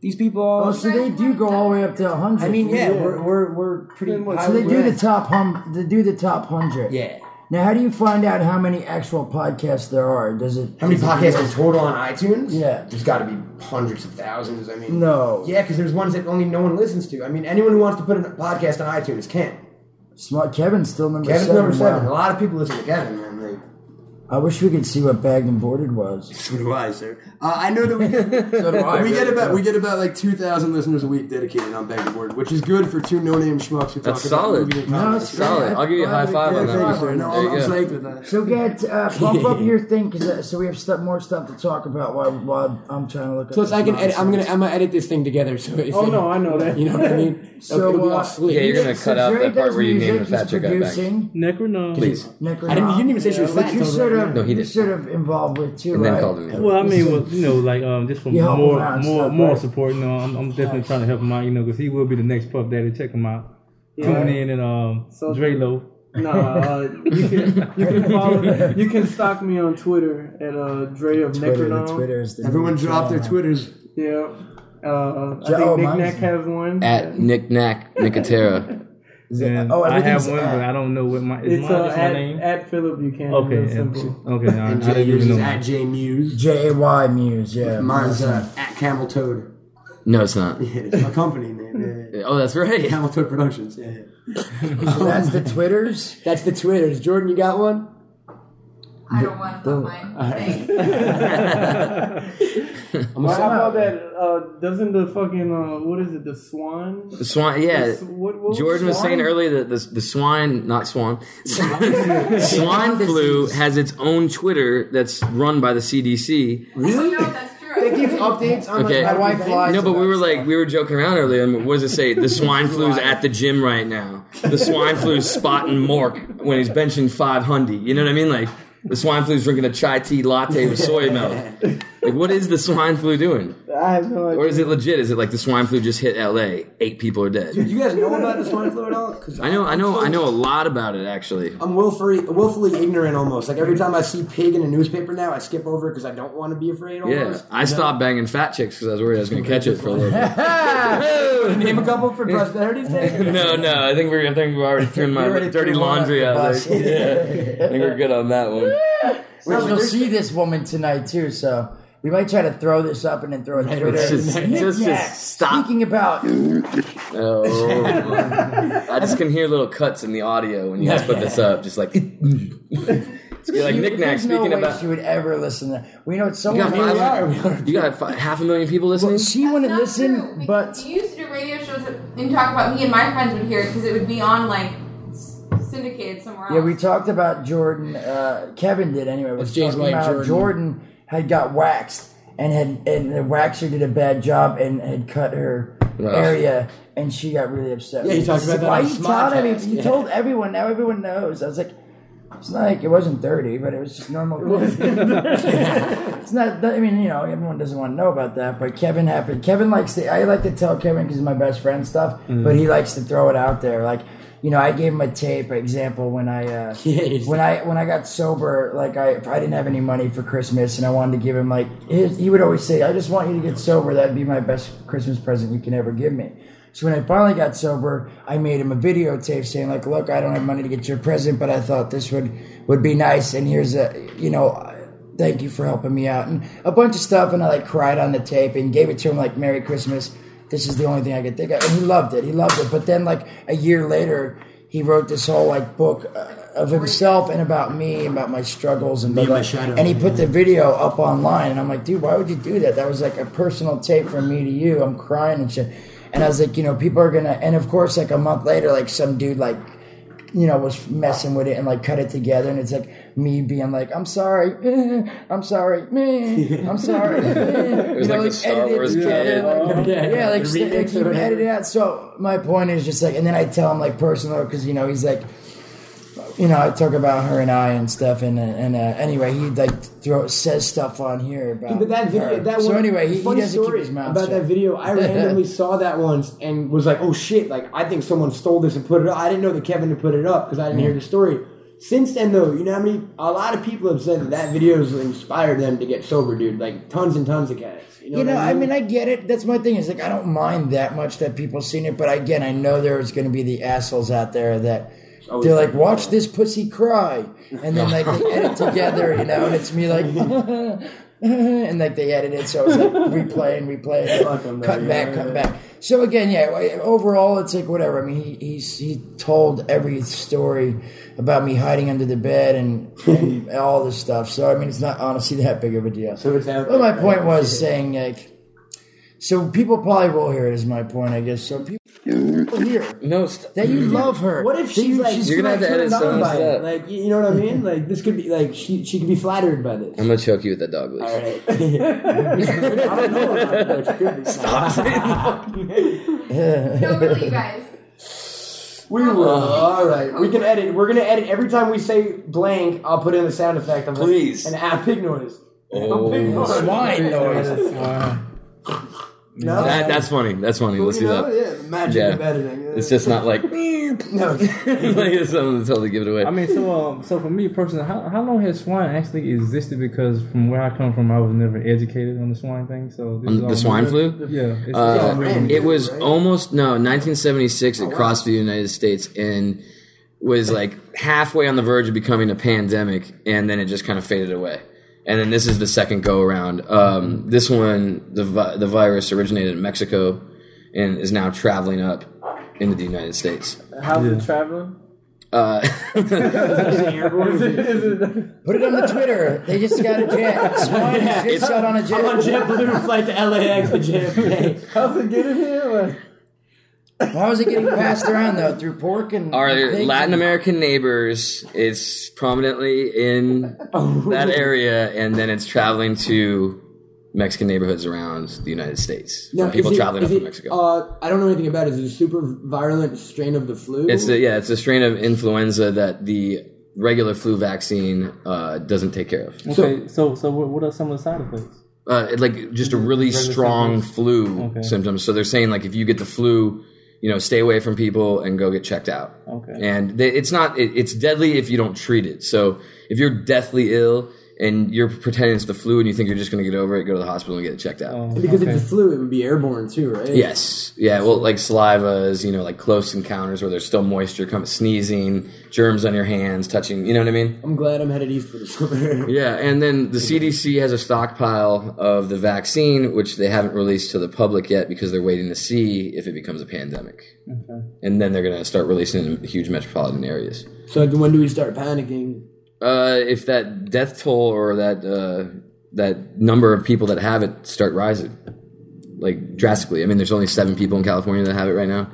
Speaker 4: these people.
Speaker 3: Oh,
Speaker 4: All,
Speaker 3: so they do go all the way up to hundred.
Speaker 4: I mean, yeah, we're we're, we're pretty. high
Speaker 3: So they do
Speaker 4: ranked.
Speaker 3: the top hum. They do the top hundred.
Speaker 4: Yeah.
Speaker 3: Now, how do you find out how many actual podcasts there are? Does it?
Speaker 4: How many
Speaker 3: does it-
Speaker 4: podcasts in total on iTunes?
Speaker 3: Yeah.
Speaker 4: there's got to be hundreds of thousands. I mean,
Speaker 3: No.
Speaker 4: Yeah, because there's ones that only no one listens to. I mean, anyone who wants to put a podcast on iTunes can.
Speaker 3: Smart Kevin's still number
Speaker 4: Kevin's
Speaker 3: seven.
Speaker 4: number seven.
Speaker 3: Wow.
Speaker 4: A lot of people listen to Kevin, man. Like,
Speaker 3: I wish we could see what bagged and boarded was.
Speaker 4: so do I, sir. Uh, I know that we <laughs> get,
Speaker 3: do I,
Speaker 4: we get
Speaker 3: really.
Speaker 4: about we get about like two thousand listeners a week dedicated on Beg the Board, which is good for two no-name schmucks who
Speaker 5: That's
Speaker 4: talk about
Speaker 5: solid.
Speaker 4: movie and
Speaker 3: No,
Speaker 4: comedy.
Speaker 3: it's
Speaker 4: Yeah,
Speaker 5: Solid. I'll give you a high five on
Speaker 4: thank
Speaker 5: that.
Speaker 4: you, sir.
Speaker 5: one.
Speaker 4: No,
Speaker 5: There
Speaker 4: I'm,
Speaker 5: you
Speaker 4: I'm
Speaker 5: go.
Speaker 4: psyched with that.
Speaker 3: So get
Speaker 4: <laughs>
Speaker 3: uh, bump up your thing, cause uh, so we have stuff, more stuff to talk about while, while I'm trying to look. up
Speaker 4: Plus, I
Speaker 3: this
Speaker 4: can edit. I'm gonna
Speaker 3: nonsense.
Speaker 4: I'm gonna edit this thing together. So if
Speaker 7: Oh no, I know that.
Speaker 4: you know
Speaker 7: <laughs>
Speaker 4: what I <laughs> mean.
Speaker 3: So,
Speaker 4: it'll be
Speaker 3: uh,
Speaker 4: all slick.
Speaker 5: Yeah, you're gonna cut out
Speaker 3: Dre
Speaker 5: that part
Speaker 3: does
Speaker 5: where you name the
Speaker 3: music,
Speaker 5: fat
Speaker 3: he's
Speaker 5: chick out back.
Speaker 3: producing,
Speaker 6: Necronom.
Speaker 5: Please.
Speaker 3: Necronom.
Speaker 4: I didn't, you didn't even say she was
Speaker 7: Yeah,
Speaker 4: fat.
Speaker 3: Which you
Speaker 4: until
Speaker 3: should
Speaker 4: right
Speaker 3: have,
Speaker 4: now.
Speaker 5: No, he
Speaker 3: you
Speaker 5: didn't.
Speaker 3: should have involved with too,
Speaker 5: And then
Speaker 3: right?
Speaker 5: called him.
Speaker 6: Well, I mean, well, you know, like um, just for
Speaker 3: You help
Speaker 6: more,
Speaker 3: him out and
Speaker 6: more,
Speaker 3: stuff,
Speaker 6: more
Speaker 3: right?
Speaker 6: support. You know, I'm, I'm definitely trying to help him out. You know, because he will be the next Puff Daddy. Check him out. Tune in and um,
Speaker 7: So-
Speaker 6: Drelo.
Speaker 7: No, uh, you can you can follow you can stalk me on Twitter at uh, Dre of
Speaker 3: Twitter, the
Speaker 7: Necronom.
Speaker 3: Twitter is the
Speaker 4: Everyone
Speaker 3: new
Speaker 4: dropped their
Speaker 3: channel.
Speaker 4: Twitters.
Speaker 7: Yeah, uh, I
Speaker 3: Oh,
Speaker 7: think Nick
Speaker 3: mine's-
Speaker 7: Nack has one.
Speaker 5: At Nick Nack Nicotera.
Speaker 6: And
Speaker 3: oh,
Speaker 6: I have
Speaker 3: everything's
Speaker 6: one,
Speaker 3: at.
Speaker 6: but I don't know what my is
Speaker 7: It's
Speaker 6: my,
Speaker 7: uh,
Speaker 6: is my
Speaker 7: at,
Speaker 6: name.
Speaker 7: at Philip Buchanan.
Speaker 6: okay,
Speaker 7: real
Speaker 6: at-
Speaker 7: simple.
Speaker 6: okay. I, I
Speaker 4: And Jay
Speaker 6: didn't
Speaker 4: Muse
Speaker 6: even know.
Speaker 4: is at J Muse.
Speaker 3: J A Y Muse, yeah. <laughs>
Speaker 4: Mine's uh, at Camel Toad. <laughs>
Speaker 5: No, it's not.
Speaker 4: Yeah, it's my company name. Yeah, yeah,
Speaker 5: Oh, that's
Speaker 4: yeah.
Speaker 5: right.
Speaker 4: <laughs> Camel Toad Productions. Yeah, yeah.
Speaker 3: So that's the
Speaker 5: <laughs>
Speaker 3: Twitters.
Speaker 4: That's the Twitters. Jordan, you got one?
Speaker 3: uh,
Speaker 8: I don't want to put
Speaker 3: <laughs>
Speaker 8: mine. Thanks.
Speaker 6: <laughs>
Speaker 7: Well, how about that? Uh, doesn't the fucking uh, what is it? The swan?
Speaker 5: The Swine, yeah.
Speaker 7: Yes. What- what was
Speaker 5: Jordan was
Speaker 7: swine?
Speaker 5: saying earlier that the, the swine, not swan, <laughs> swine flu has its own Twitter that's run by the CDC.
Speaker 8: Oh, no, that's true.
Speaker 4: It gives updates on
Speaker 5: Okay.
Speaker 4: like, my wife lies.
Speaker 5: No, but we were like, we were joking around earlier. And what does it say? The swine flu's at the gym right now. The swine flu's spotting Mark when he's benching 500. You know what I mean? Like, the swine flu's drinking a chai tea latte with soy milk. Like, what is the swine flu doing?
Speaker 7: I have no idea.
Speaker 5: Or is it legit? Is it like the swine flu just hit LA? Eight people are
Speaker 4: Dude,
Speaker 5: dead.
Speaker 4: you guys know about the swine flu at all? 'Cause
Speaker 5: I know, I
Speaker 4: I'm
Speaker 5: know,
Speaker 4: so-
Speaker 5: I know a lot about it actually.
Speaker 4: I'm willfully, willfully ignorant almost. Like every time I see pig in a newspaper now, I skip over because I don't want to be afraid.
Speaker 5: Yeah,
Speaker 4: Almost.
Speaker 5: I stopped banging fat chicks because I was worried I was going
Speaker 3: <laughs>
Speaker 5: to catch it for a little bit.
Speaker 4: Name a couple for prosperity.
Speaker 5: <laughs> No, no, I think we're, I think we've already thrown my
Speaker 3: <laughs> We already
Speaker 5: dirty
Speaker 3: threw one
Speaker 5: laundry
Speaker 3: out the
Speaker 5: out.
Speaker 3: bus.
Speaker 5: Like, yeah, I think we're good on that
Speaker 3: <laughs>
Speaker 5: one.
Speaker 3: Which you'll see this woman tonight too, so we might try to throw this up and then throw it to Twitter.
Speaker 5: It's <laughs> just, just,
Speaker 3: Knick-knack.
Speaker 5: just stop.
Speaker 3: Speaking about
Speaker 5: Oh, my. Oh, I just can hear little cuts in the audio when you guys put this up. Just like,
Speaker 3: <laughs>
Speaker 5: You're like
Speaker 3: you-
Speaker 5: knickknack.
Speaker 3: there's no
Speaker 5: Speaking
Speaker 3: way
Speaker 5: about,
Speaker 3: she
Speaker 5: you
Speaker 3: would ever listen to We know it's
Speaker 5: got,
Speaker 3: someone
Speaker 5: five,
Speaker 3: who-
Speaker 5: <laughs> you got fi half a million people listening.
Speaker 3: <laughs> she wouldn't
Speaker 8: That's
Speaker 3: listen,
Speaker 8: true, because
Speaker 3: but
Speaker 8: we used to do radio shows that- and talk about me and my friends would hear it because it would be on like s- syndicated somewhere else.
Speaker 3: Yeah, we talked about Jordan. Uh, Kevin did anyway. We
Speaker 4: That's
Speaker 3: talking
Speaker 4: James White,
Speaker 3: about
Speaker 4: Jordan.
Speaker 3: Jordan had got waxed and had and the waxer did a bad job and had cut her
Speaker 5: Wow.
Speaker 3: area and she got really upset.
Speaker 4: Yeah, he talked
Speaker 3: She's
Speaker 4: about
Speaker 3: like, Why
Speaker 4: that
Speaker 3: you telling
Speaker 4: on
Speaker 3: me?
Speaker 4: Smodcast,
Speaker 3: You
Speaker 4: yeah.
Speaker 3: told everyone. Now everyone knows. I was like. It's not like it wasn't dirty, but it was just normal. <laughs>
Speaker 4: <laughs>
Speaker 3: it's not. I mean, you know, everyone doesn't want to know about that. But Kevin happened. Kevin likes to. I like to tell Kevin because he's my best friend stuff.
Speaker 4: Mm.
Speaker 3: But he likes to throw it out there. Like, you know, I gave him a tape example when I uh,
Speaker 4: Yes.
Speaker 3: when I when I got sober, like I if I didn't have any money for Christmas and I wanted to give him like his, he would always say, "I just want you to get sober. That'd be my best Christmas present you can ever give me." So when I finally got sober, I made him a videotape saying like, "Look, I don't have money to get you a present, but I thought this would would be nice, and here's a you know." Thank you for helping me out and a bunch of stuff, and I like cried on the tape and gave it to him like Merry Christmas. This is the only thing I could think of, and he loved it. He loved it. But then like a year later, he wrote this whole like book uh, of himself and about me and about my struggles and,
Speaker 4: and my
Speaker 3: blah, blah.
Speaker 4: shadow,
Speaker 3: and he
Speaker 4: yeah.
Speaker 3: put the video up online and I'm like, dude, why would you do that? That was like a personal tape from me to you. I'm crying and shit. And I was like, you know, people are gonna. And of course, like a month later, like some dude like you know, was messing with it and like cut it together. And it's like me being like, I'm sorry, <laughs> eh, I'm sorry, <laughs> eh,
Speaker 5: <laughs>
Speaker 3: I'm sorry. It
Speaker 5: was like the Star Wars kid.
Speaker 3: yeah,
Speaker 4: Yeah,
Speaker 3: like,
Speaker 4: the
Speaker 3: st-
Speaker 4: remix
Speaker 3: like
Speaker 4: or
Speaker 3: you
Speaker 4: whatever.
Speaker 3: edit it out. So my point is just like, and then I tell him like personal because you know he's like, you know, I talk about her and I and stuff, and uh, and uh, anyway, he like throw says stuff on here about.
Speaker 4: But that video,
Speaker 3: her.
Speaker 4: that
Speaker 3: so
Speaker 4: one,
Speaker 3: anyway, he, he
Speaker 4: funny
Speaker 3: doesn't keep
Speaker 4: story
Speaker 3: his mouth
Speaker 4: about
Speaker 3: shut.
Speaker 4: that
Speaker 3: <laughs>
Speaker 4: video. I randomly saw that once and was like, "Oh shit!" Like I think someone stole this and put it up. I didn't know that Kevin had put it up because I didn't
Speaker 5: Hmm.
Speaker 4: hear the story. Since then, though, you know how many? A lot of people have said that that video's inspired them to get sober, dude. Like tons and tons of cats. You know,
Speaker 3: You
Speaker 4: what
Speaker 3: know, I mean, I get it. That's my thing. Is like I don't mind that much that people seen it, but again, I know there's going to be the assholes out there that
Speaker 4: always
Speaker 3: they're like,
Speaker 4: that.
Speaker 3: "Watch this pussy cry," and then like
Speaker 4: <laughs>
Speaker 3: they edit together, you know, and it's me like, <laughs> and like they edit it, so it's like replay and replay, and
Speaker 4: Fuck 'em,
Speaker 3: cut
Speaker 4: though,
Speaker 3: back,
Speaker 4: yeah,
Speaker 3: cut
Speaker 4: yeah.
Speaker 3: back. So again, yeah. I- Overall, it's like whatever. I mean, he he's, he told every story about me hiding under the bed and,
Speaker 4: <laughs>
Speaker 3: and all this stuff. So I mean, it's not honestly that big of a deal.
Speaker 4: So it's out
Speaker 3: Well,
Speaker 4: there,
Speaker 3: my point
Speaker 4: right?
Speaker 3: was saying like, so people probably will hear it. Is my point, I guess. So people will hear
Speaker 5: No, st-
Speaker 3: that you love her.
Speaker 4: What if
Speaker 3: That
Speaker 4: she's
Speaker 3: you-
Speaker 4: like,
Speaker 3: uh, she's
Speaker 5: You're gonna have to
Speaker 4: like,
Speaker 5: edit
Speaker 4: turned
Speaker 5: some
Speaker 4: on
Speaker 5: of
Speaker 4: by
Speaker 5: this
Speaker 4: it?
Speaker 5: out.
Speaker 4: Like you you know what I
Speaker 3: <laughs>
Speaker 4: mean? Like this could be like she she could be flattered by this.
Speaker 5: I'm gonna choke you with that dog leash.
Speaker 4: All right. I don't know. About that, could be.
Speaker 3: <laughs>
Speaker 8: No, really, you guys.
Speaker 4: We will. All right. We can edit. We're gonna edit every time we say blank. I'll put in a sound effect. Of
Speaker 5: Please.
Speaker 4: An ah, pig noise.
Speaker 5: Oh,
Speaker 3: swine noise.
Speaker 4: No.
Speaker 3: Oh.
Speaker 5: That, that's funny. That's funny. Let's
Speaker 4: you
Speaker 5: do
Speaker 4: know,
Speaker 5: that.
Speaker 4: Yeah, magic
Speaker 5: Yeah.
Speaker 4: of editing.
Speaker 5: It's just not like. <laughs> camp.
Speaker 4: <laughs> No.
Speaker 5: like it's something to tell to give it away.
Speaker 6: I mean, so um, so for me personally, how, how long has swine actually existed? Because from where I come from, I was never educated on the swine thing. So this
Speaker 5: On
Speaker 6: is all
Speaker 5: the swine
Speaker 6: new.
Speaker 5: flu.
Speaker 6: Yeah, it's,
Speaker 5: Uh,
Speaker 6: it's
Speaker 4: man.
Speaker 5: it was
Speaker 4: right?
Speaker 5: almost no 1976 across the United States and was like halfway on the verge of becoming a pandemic and then it just kind of faded away and then this is the second go around um, this one the vi- the virus originated in Mexico and is now traveling up into the United States
Speaker 7: How's it traveling?
Speaker 5: uh, <laughs>
Speaker 7: Is it, <laughs> is it,
Speaker 3: Put it on the Twitter. They just got a
Speaker 4: <laughs>
Speaker 3: jet. Swine just got on a jet.
Speaker 9: on JetBlue flight to LAX with JFK.
Speaker 7: how's it getting here? Like,
Speaker 3: How is it getting passed around though? Through pork and
Speaker 5: our
Speaker 3: pigs
Speaker 5: Latin
Speaker 3: and-
Speaker 5: American neighbors is prominently
Speaker 4: <laughs>
Speaker 5: in
Speaker 4: Oh.
Speaker 5: that area, and then it's traveling to Mexican neighborhoods around the United States.
Speaker 4: Now,
Speaker 5: from people
Speaker 4: is it-
Speaker 5: traveling up
Speaker 4: is
Speaker 5: from
Speaker 4: it,
Speaker 5: Mexico.
Speaker 4: Uh, I don't know anything about it. Is it a super virulent strain of the flu?
Speaker 5: it's a, yeah, it's a strain of influenza that the regular flu vaccine uh, doesn't take care of.
Speaker 6: okay, so so what, what are some of the side effects?
Speaker 5: Uh, it, like just a really
Speaker 6: Regular
Speaker 5: strong flu
Speaker 6: Okay.
Speaker 5: symptoms. So they're saying like if you get the flu, you know, stay away from people and go get checked out.
Speaker 6: Okay.
Speaker 5: and they, it's not it, it's deadly if you don't treat it so if you're deathly ill and you're pretending it's the flu and you think you're just going to get over it go to the hospital and get it checked out
Speaker 6: Oh,
Speaker 4: because
Speaker 6: okay.
Speaker 4: if it's flu, it would be airborne too, right?
Speaker 5: yes yeah well like saliva is you know like close encounters where there's still moisture coming sneezing germs on your hands touching you know what i mean
Speaker 4: I'm glad I'm headed east for the summer.
Speaker 5: yeah and then the cdc has a stockpile of the vaccine which they haven't released to the public yet because they're waiting to see if it becomes a pandemic and then they're going to start releasing it in huge metropolitan areas
Speaker 4: <laughs> so when do we start panicking?
Speaker 5: uh, if that death toll or that uh, that number of people that have it start rising, like drastically. I mean, there's only seven people in California that have it right now.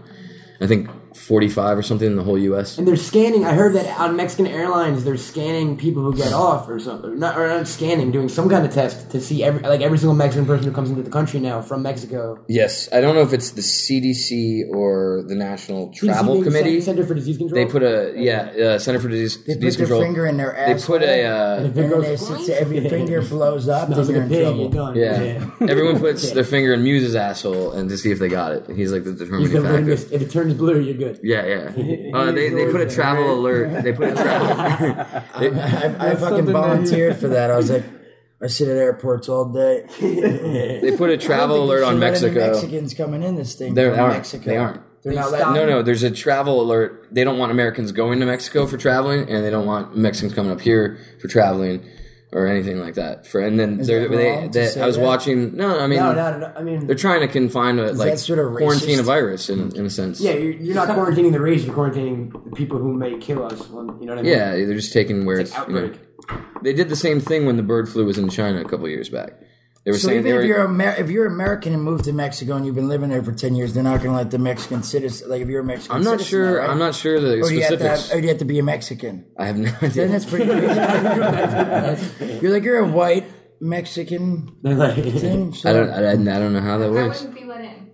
Speaker 5: I think 45 or something in the whole U.S.
Speaker 4: And they're scanning. I heard that on Mexican Airlines, they're scanning people who
Speaker 5: <laughs>
Speaker 4: get off or something. Not or not scanning, doing some kind of test to see every like every single Mexican person who comes into the country now from Mexico.
Speaker 5: Yes, I don't know if it's the CDC or the National Travel
Speaker 4: CDC being
Speaker 5: Committee.
Speaker 4: Cent- Center for Disease Control.
Speaker 5: They put a yeah uh, Center for Disease,
Speaker 3: They put
Speaker 5: Disease
Speaker 3: their
Speaker 5: Control.
Speaker 3: finger in their
Speaker 5: They
Speaker 3: ass.
Speaker 5: put a uh,
Speaker 3: <laughs>
Speaker 4: And if it
Speaker 3: And
Speaker 4: goes
Speaker 3: they
Speaker 4: squeak,
Speaker 3: say every
Speaker 4: <laughs>
Speaker 3: finger blows up,
Speaker 4: smells
Speaker 3: then
Speaker 4: like
Speaker 3: you're
Speaker 4: a
Speaker 3: in
Speaker 4: pig. You're
Speaker 3: trouble.
Speaker 4: done.
Speaker 5: yeah. Everyone
Speaker 3: <laughs>
Speaker 5: puts their finger in Muse's asshole and to see if they got it. He's like the
Speaker 4: You've
Speaker 5: determining
Speaker 4: got
Speaker 5: factor.
Speaker 4: this. If it turns blue, you're good.
Speaker 5: Yeah,
Speaker 3: <laughs>
Speaker 5: yeah. Uh, they, they put a travel alert. They put a travel.
Speaker 3: I, I
Speaker 6: something
Speaker 3: fucking
Speaker 6: that
Speaker 3: volunteered for that. I was like, I sit at airports all day.
Speaker 5: They put a travel alert
Speaker 3: <laughs>
Speaker 5: on Mexico.
Speaker 3: Mexicans coming in this thing.
Speaker 5: They
Speaker 3: from
Speaker 5: aren't.
Speaker 3: Mexico.
Speaker 5: They aren't.
Speaker 3: They're not
Speaker 4: stop-
Speaker 3: letting.
Speaker 5: No, no. There's a travel alert. They don't want Americans going to Mexico for traveling, and they don't want Mexicans coming up here for traveling or anything like that. For and then they're,
Speaker 3: that
Speaker 5: they,
Speaker 3: wrong to
Speaker 5: they,
Speaker 3: say
Speaker 5: I was
Speaker 3: that?
Speaker 5: watching. No, I mean
Speaker 4: No, no, no. I mean,
Speaker 5: they're trying to confine a, like
Speaker 3: sort of
Speaker 5: quarantine a
Speaker 3: racist?
Speaker 5: virus in, in a sense.
Speaker 4: yeah, you're, you're not quarantining the race. You're quarantining the people who may kill us. Well, You know what I mean?
Speaker 5: Yeah, they're just taking where it's,
Speaker 4: It's like
Speaker 5: you know-
Speaker 4: outbreak.
Speaker 5: they did the same thing when the bird flu was in China a couple years back. They were
Speaker 3: So
Speaker 5: saying
Speaker 3: even
Speaker 5: they were
Speaker 3: if you're Amer- if you're American and moved to Mexico and you've been living there for ten years, they're not going to let the Mexican citizen. Like if you're a Mexican,
Speaker 5: I'm not
Speaker 3: citizen,
Speaker 5: sure.
Speaker 3: right?
Speaker 5: I'm not sure the
Speaker 3: Or do you have to
Speaker 5: specifics.
Speaker 3: have, or do you have to be a Mexican?
Speaker 5: I have no <laughs> idea.
Speaker 3: Then that's pretty.
Speaker 5: <laughs>
Speaker 3: you're like you're a white Mexican
Speaker 4: They're <laughs> like,
Speaker 3: thing. So
Speaker 5: I don't. I, I don't know how that
Speaker 8: I
Speaker 5: works.
Speaker 8: wouldn't be let in.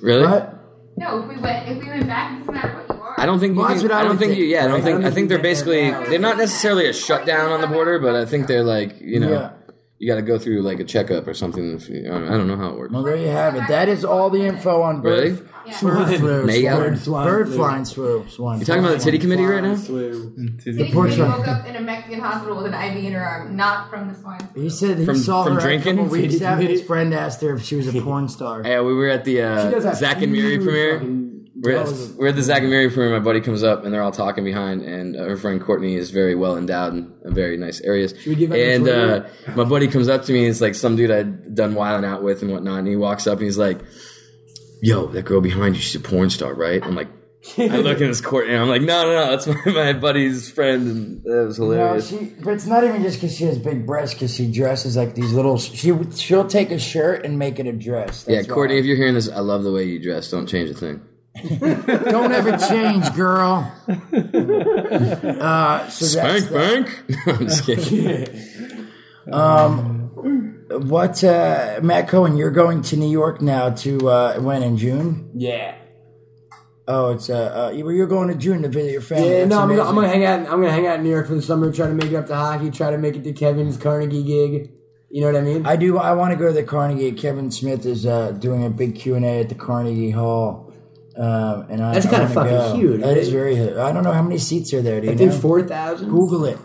Speaker 5: Really?
Speaker 3: What?
Speaker 8: No, if we went, if we went back, it doesn't matter what you are.
Speaker 5: I don't think. You
Speaker 3: Well,
Speaker 5: can,
Speaker 3: that's what
Speaker 5: I,
Speaker 3: I
Speaker 5: don't
Speaker 3: would
Speaker 5: think, you.
Speaker 3: think,
Speaker 5: Yeah, I
Speaker 3: right?
Speaker 5: don't think.
Speaker 3: I don't
Speaker 5: I
Speaker 3: think
Speaker 5: think they're
Speaker 3: you get there
Speaker 5: basically.
Speaker 3: now.
Speaker 5: They're not necessarily a shutdown on the border, but I think they're like you know.
Speaker 3: Yeah.
Speaker 5: You got to go through like a checkup or something. If you, I don't know how it works.
Speaker 3: Well, there you have it. That is all the info on bird,
Speaker 5: Really?
Speaker 3: bird flu,
Speaker 5: Mega?
Speaker 3: bird,
Speaker 4: Swine
Speaker 3: bird
Speaker 4: flu.
Speaker 3: flying flu. Swine
Speaker 5: You talking about the titty committee right now?
Speaker 8: Titty
Speaker 3: poor
Speaker 8: Kitty
Speaker 3: child.
Speaker 8: woke up in a Mexican hospital with an IV in her arm, not from the swine flu.
Speaker 3: He said he
Speaker 5: From-
Speaker 3: saw
Speaker 5: from
Speaker 3: her
Speaker 5: drinking?
Speaker 3: a couple weeks after his friend asked her if she was a porn star.
Speaker 5: Yeah, we were at the
Speaker 4: does
Speaker 5: uh,
Speaker 4: that
Speaker 5: Zach and Mary
Speaker 4: huge
Speaker 5: premiere.
Speaker 4: fucking-
Speaker 5: We're,
Speaker 4: that was-
Speaker 5: we're at the Zach and Mary premiere. My buddy comes up and they're all talking behind, and uh, her friend Courtney is very well endowed in a very nice areas.
Speaker 4: we give out
Speaker 5: and
Speaker 4: the toilet?
Speaker 5: uh, my buddy comes up to me and it's like some dude I'd done wilding out with and whatnot, and he walks up and he's like, "Yo, that girl behind you, she's a porn star, right?" I'm like. I look in this court and I'm like, no, no, no, that's <laughs> my, my buddy's friend, and that was
Speaker 3: No,
Speaker 5: hilarious.
Speaker 3: she, but it's not even just because she has big breasts. Because she dresses like these little. She she'll take a shirt and make it a dress.
Speaker 5: yeah,
Speaker 3: That's
Speaker 5: Courtney,
Speaker 3: why.
Speaker 5: if you're hearing this, I love the way you dress. Don't change a thing.
Speaker 3: don't ever change,
Speaker 4: <laughs>
Speaker 3: girl. uh, so that's
Speaker 5: Bank, bank. <laughs> No, I'm just kidding.
Speaker 3: um, what uh, Matt Cohen. You're going to New York now to uh, when in June?
Speaker 4: yeah.
Speaker 3: Oh, it's uh, uh you- you're going to June to visit your family.
Speaker 4: Yeah,
Speaker 3: That's
Speaker 4: no, I'm gonna, I'm
Speaker 3: amazing.
Speaker 4: gonna hang out. I'm gonna hang out in New York for the summer. Try to make it up to hockey. Try to make it to Kevin's Carnegie gig. You know what I mean?
Speaker 3: I do. I want to go to the Carnegie. Kevin Smith is uh, doing a big Q and A at the Carnegie Hall Um, and I,
Speaker 9: That's
Speaker 3: I
Speaker 9: kinda
Speaker 3: wanna
Speaker 9: fucking
Speaker 3: go.
Speaker 9: huge,
Speaker 3: That is
Speaker 9: right?
Speaker 3: very huge. I don't know how many seats are there. Do you
Speaker 9: I think
Speaker 3: know?
Speaker 9: four thousand.
Speaker 3: Google it.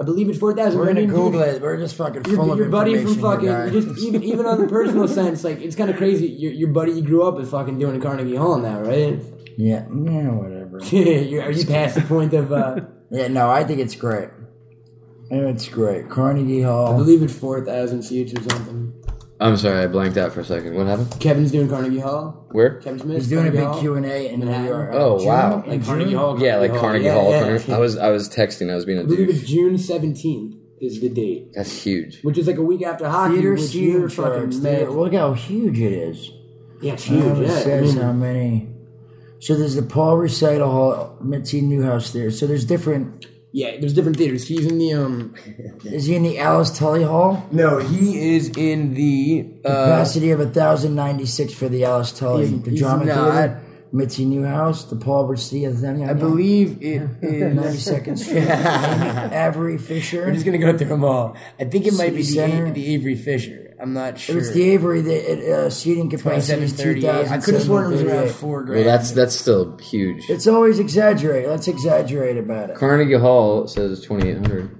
Speaker 9: I believe it's four thousand.
Speaker 3: We're gonna Google it. We're just fucking
Speaker 9: Your,
Speaker 3: full of
Speaker 9: your buddy from
Speaker 3: information, you
Speaker 9: fucking
Speaker 3: guys.
Speaker 9: you just e-, even, even on the personal
Speaker 3: <laughs>
Speaker 9: sense, like it's kind of crazy. Your, your buddy you grew up with fucking doing a Carnegie Hall now, right? <laughs>
Speaker 3: yeah, yeah, whatever.
Speaker 9: You're, are you past the point of? Uh,
Speaker 3: Yeah, no, I think it's great. It's great. Carnegie
Speaker 9: I
Speaker 3: Hall.
Speaker 9: believe it's four thousand seats or something.
Speaker 5: I'm sorry, I blanked out for a second. What happened?
Speaker 9: Kevin's doing Carnegie Hall.
Speaker 5: Where?
Speaker 9: Kevin Smith.
Speaker 3: He's doing a
Speaker 9: Carnegie
Speaker 3: big
Speaker 9: Hall.
Speaker 3: Q and A in New
Speaker 9: Manhattan.
Speaker 3: York.
Speaker 5: Oh,
Speaker 3: June?
Speaker 5: wow.
Speaker 3: In
Speaker 9: Like Carnegie
Speaker 3: June?
Speaker 9: Hall.
Speaker 5: Yeah, like Carnegie
Speaker 9: yeah,
Speaker 5: Hall.
Speaker 9: yeah.
Speaker 5: Carnegie- I was I was texting. I was being a
Speaker 9: I believe it's
Speaker 5: douche.
Speaker 9: June seventeenth is the date,
Speaker 5: That's huge.
Speaker 9: which is like a week after hockey.
Speaker 3: Theater
Speaker 9: which you're
Speaker 3: seating
Speaker 9: fucking
Speaker 3: charts.
Speaker 9: mad.
Speaker 3: Theater- Look how huge it is.
Speaker 9: Yeah, it's
Speaker 3: I
Speaker 9: huge.
Speaker 3: always
Speaker 9: Yeah, I
Speaker 3: says how
Speaker 9: mean,
Speaker 3: many. So there's the Paul Recital Hall, Mitzi Newhouse Theater. So there's different.
Speaker 9: yeah. There's different theaters. He's in the um.
Speaker 3: Is he in the Alice Tully Hall?
Speaker 4: No, he is in the. Uh,
Speaker 3: Capacity of 1,096 for the Alice Tully.
Speaker 4: He's-
Speaker 3: the
Speaker 4: he's
Speaker 3: Drama
Speaker 4: not.
Speaker 3: Theater, Mitzi Newhouse, the Paul Recital.
Speaker 4: I believe it is.
Speaker 3: <laughs> 92nd
Speaker 4: <laughs>
Speaker 3: Street. Avery Fisher.
Speaker 4: We're just gonna go through them all. I think it might be
Speaker 3: City
Speaker 4: the,
Speaker 3: Center.
Speaker 4: A- the Avery Fisher. I'm not sure.
Speaker 3: It's the Avery that it, uh, seating capacity is
Speaker 4: 2738.
Speaker 3: 2,000.
Speaker 4: I could have sworn it was around four
Speaker 5: Well,
Speaker 4: grand.
Speaker 5: that's that's still huge.
Speaker 3: It's always exaggerated. Let's exaggerate about it.
Speaker 5: Carnegie Hall says 2,800.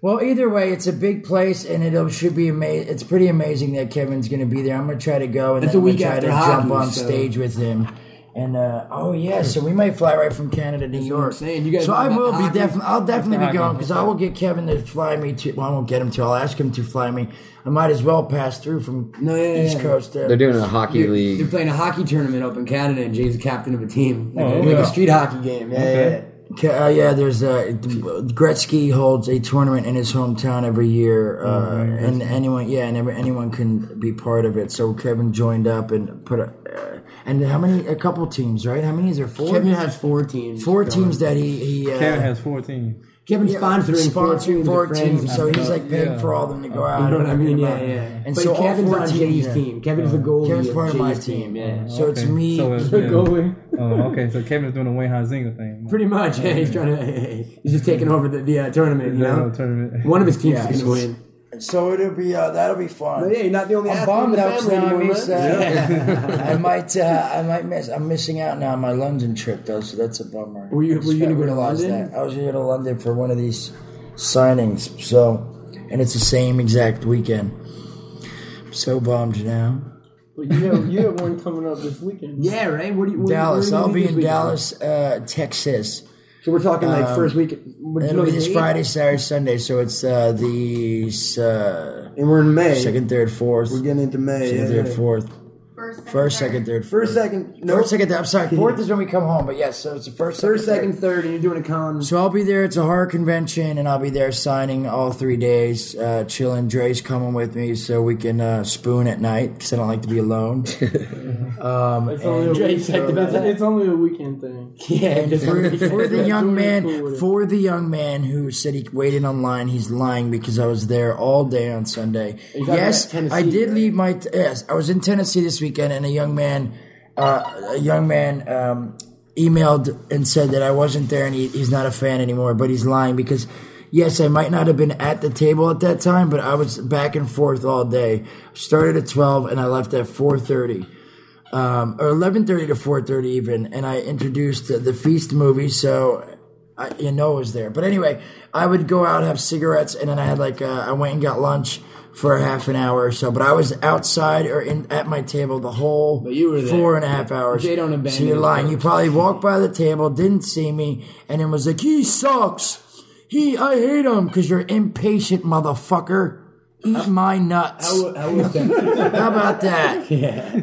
Speaker 3: Well, either way, it's a big place, and it should be amazing. It's pretty amazing that Kevin's going to be there. I'm going to try to go, and
Speaker 9: It's
Speaker 3: then
Speaker 9: a
Speaker 3: I'm gonna
Speaker 9: week
Speaker 3: try
Speaker 9: after
Speaker 3: to
Speaker 9: hockey,
Speaker 3: jump on
Speaker 9: so-
Speaker 3: stage with him. And uh, oh yeah, so we might fly right from Canada to New
Speaker 9: what I'm
Speaker 3: York.
Speaker 9: saying. You guys
Speaker 3: so I
Speaker 9: know
Speaker 3: will
Speaker 9: about
Speaker 3: be
Speaker 9: hockey?
Speaker 3: definitely. I'll definitely be
Speaker 6: Hockey.
Speaker 3: going because I will get Kevin to fly me to. Well, I won't get him to. I'll ask him to fly me. I might as well pass through from
Speaker 9: No, yeah, yeah,
Speaker 3: East
Speaker 9: yeah.
Speaker 3: Coast. To,
Speaker 5: They're doing a hockey
Speaker 9: They're
Speaker 5: league.
Speaker 9: playing a hockey tournament up in Canada, and Jay's the captain of a team, like,
Speaker 6: Oh,
Speaker 9: like
Speaker 6: yeah.
Speaker 9: a street hockey game. Yeah,
Speaker 6: Okay.
Speaker 9: yeah, yeah.
Speaker 3: Ca- Uh, yeah, there's uh, Gretzky holds a tournament in his hometown every year, uh,
Speaker 9: Oh,
Speaker 3: and anyone, yeah, and every, anyone can be part of it. So Kevin joined up and put a, uh, and how many? A couple teams, right? How many is there? Four.
Speaker 9: Kevin has four teams.
Speaker 3: four teams that he he. Uh,
Speaker 6: Kevin has 14.
Speaker 9: Kevin's sponsoring four
Speaker 3: sponsoring
Speaker 9: teams.
Speaker 3: four
Speaker 9: of friends
Speaker 3: teams,
Speaker 9: and
Speaker 3: so he's
Speaker 9: stuff.
Speaker 3: like paying for all of them to go out.
Speaker 9: You know
Speaker 3: and
Speaker 9: what I mean?
Speaker 3: everything
Speaker 9: Yeah,
Speaker 3: about it.
Speaker 9: yeah.
Speaker 3: And
Speaker 9: but
Speaker 3: so all
Speaker 9: Kevin's
Speaker 3: four
Speaker 9: on
Speaker 3: teams,
Speaker 9: Jay's
Speaker 3: yeah.
Speaker 9: team. Kevin's the goalie.
Speaker 3: Kevin's
Speaker 9: of
Speaker 3: part of
Speaker 9: Jay's
Speaker 3: my team.
Speaker 9: team. Yeah.
Speaker 3: So it's
Speaker 6: Okay.
Speaker 5: <laughs>
Speaker 3: me.
Speaker 6: So it's,
Speaker 9: The
Speaker 6: yeah.
Speaker 9: goalie.
Speaker 6: Oh, okay, so Kevin's doing the Wayne Zinga thing.
Speaker 9: Pretty much. Yeah, he's trying to. <laughs> He's just taking over the, the uh, tournament. You
Speaker 6: Yeah,
Speaker 5: <laughs>
Speaker 9: know,
Speaker 6: tournament.
Speaker 9: one of his teams
Speaker 3: Yeah,
Speaker 9: is
Speaker 3: it's-
Speaker 9: going to win.
Speaker 3: so it'll be uh, that'll be fun.
Speaker 9: But Oh, yeah, you're not the only.
Speaker 3: I'm
Speaker 9: athlete in
Speaker 3: bummed
Speaker 9: the
Speaker 3: out 'cause
Speaker 9: family
Speaker 3: now. I
Speaker 9: anymore,
Speaker 3: miss.
Speaker 9: man.
Speaker 3: Uh, <laughs> I might. Uh, I might miss. I'm missing out now on my London trip though, so that's a bummer.
Speaker 9: Were you-
Speaker 3: I just
Speaker 9: were you gonna go to
Speaker 3: realized
Speaker 9: London?
Speaker 3: That. I was here to London for one of these signings. So, and it's the same exact weekend. so bummed now.
Speaker 7: But you have you have one coming up this weekend.
Speaker 9: Yeah, right. What do you? What,
Speaker 3: Dallas.
Speaker 9: Where are you
Speaker 3: I'll
Speaker 9: gonna
Speaker 3: be
Speaker 9: this
Speaker 3: in
Speaker 9: weekend?
Speaker 3: Dallas, uh, Texas.
Speaker 9: So we're talking like
Speaker 3: Um,
Speaker 9: first week. what-
Speaker 3: It'll
Speaker 9: no,
Speaker 3: be this
Speaker 9: date?
Speaker 3: Friday, Saturday, Sunday. So it's uh, the uh,
Speaker 9: and we're in May.
Speaker 3: second, third, fourth.
Speaker 9: We're getting into May.
Speaker 3: Second,
Speaker 9: yeah,
Speaker 3: third,
Speaker 9: yeah.
Speaker 3: fourth.
Speaker 8: First,
Speaker 3: First, second, third,
Speaker 9: First,
Speaker 3: fourth.
Speaker 9: second, no,
Speaker 3: No, first, second. I'm sorry. Fourth is when we come home, but yes. So it's the first,
Speaker 9: first,
Speaker 3: third.
Speaker 9: second, third, and you're doing a con.
Speaker 3: So I'll be there. It's a horror convention, and I'll be there signing all three days, uh, chilling. Dre's coming with me, so we can uh, spoon at night because I don't like to be alone. um,
Speaker 7: It's only, a
Speaker 9: Jay
Speaker 7: week,
Speaker 9: said about
Speaker 7: it's,
Speaker 9: that.
Speaker 7: it's only a weekend thing.
Speaker 9: yeah,
Speaker 3: and
Speaker 9: just-
Speaker 3: <laughs> for, for the young
Speaker 7: Cool
Speaker 3: man,
Speaker 7: with it.
Speaker 3: for the young man who said he waited online, he's lying because I was there all day on Sunday.
Speaker 9: talking about
Speaker 3: Yes, I
Speaker 9: Tennessee,
Speaker 3: did
Speaker 9: right?
Speaker 3: leave my. Yes, I was in Tennessee this weekend, and a young man, uh, a young man, um, emailed and said that I wasn't there, and he, he's not a fan anymore. But he's lying because. Yes, I might not have been at the table at that time, but I was back and forth all day. Started at twelve, and I left at four thirty um, or eleven thirty to four thirty even, and I introduced the, the feast movie, so I, you know it was there. But anyway, I would go out have cigarettes, and then I had like uh, I went and got lunch for a half an hour or so. But I was outside or in at my table the whole
Speaker 9: But you were there.
Speaker 3: four and a half hours.
Speaker 9: Jay don't abandon
Speaker 3: so you're
Speaker 9: his
Speaker 3: lying.
Speaker 9: purpose.
Speaker 3: You probably walked by the table, didn't see me, and then was like, "He sucks. He, I hate him," because you're impatient, motherfucker.
Speaker 9: <laughs>
Speaker 3: Eat my nuts.
Speaker 9: How, how was <laughs> that?
Speaker 3: How
Speaker 9: <laughs>
Speaker 3: about that?
Speaker 9: yeah.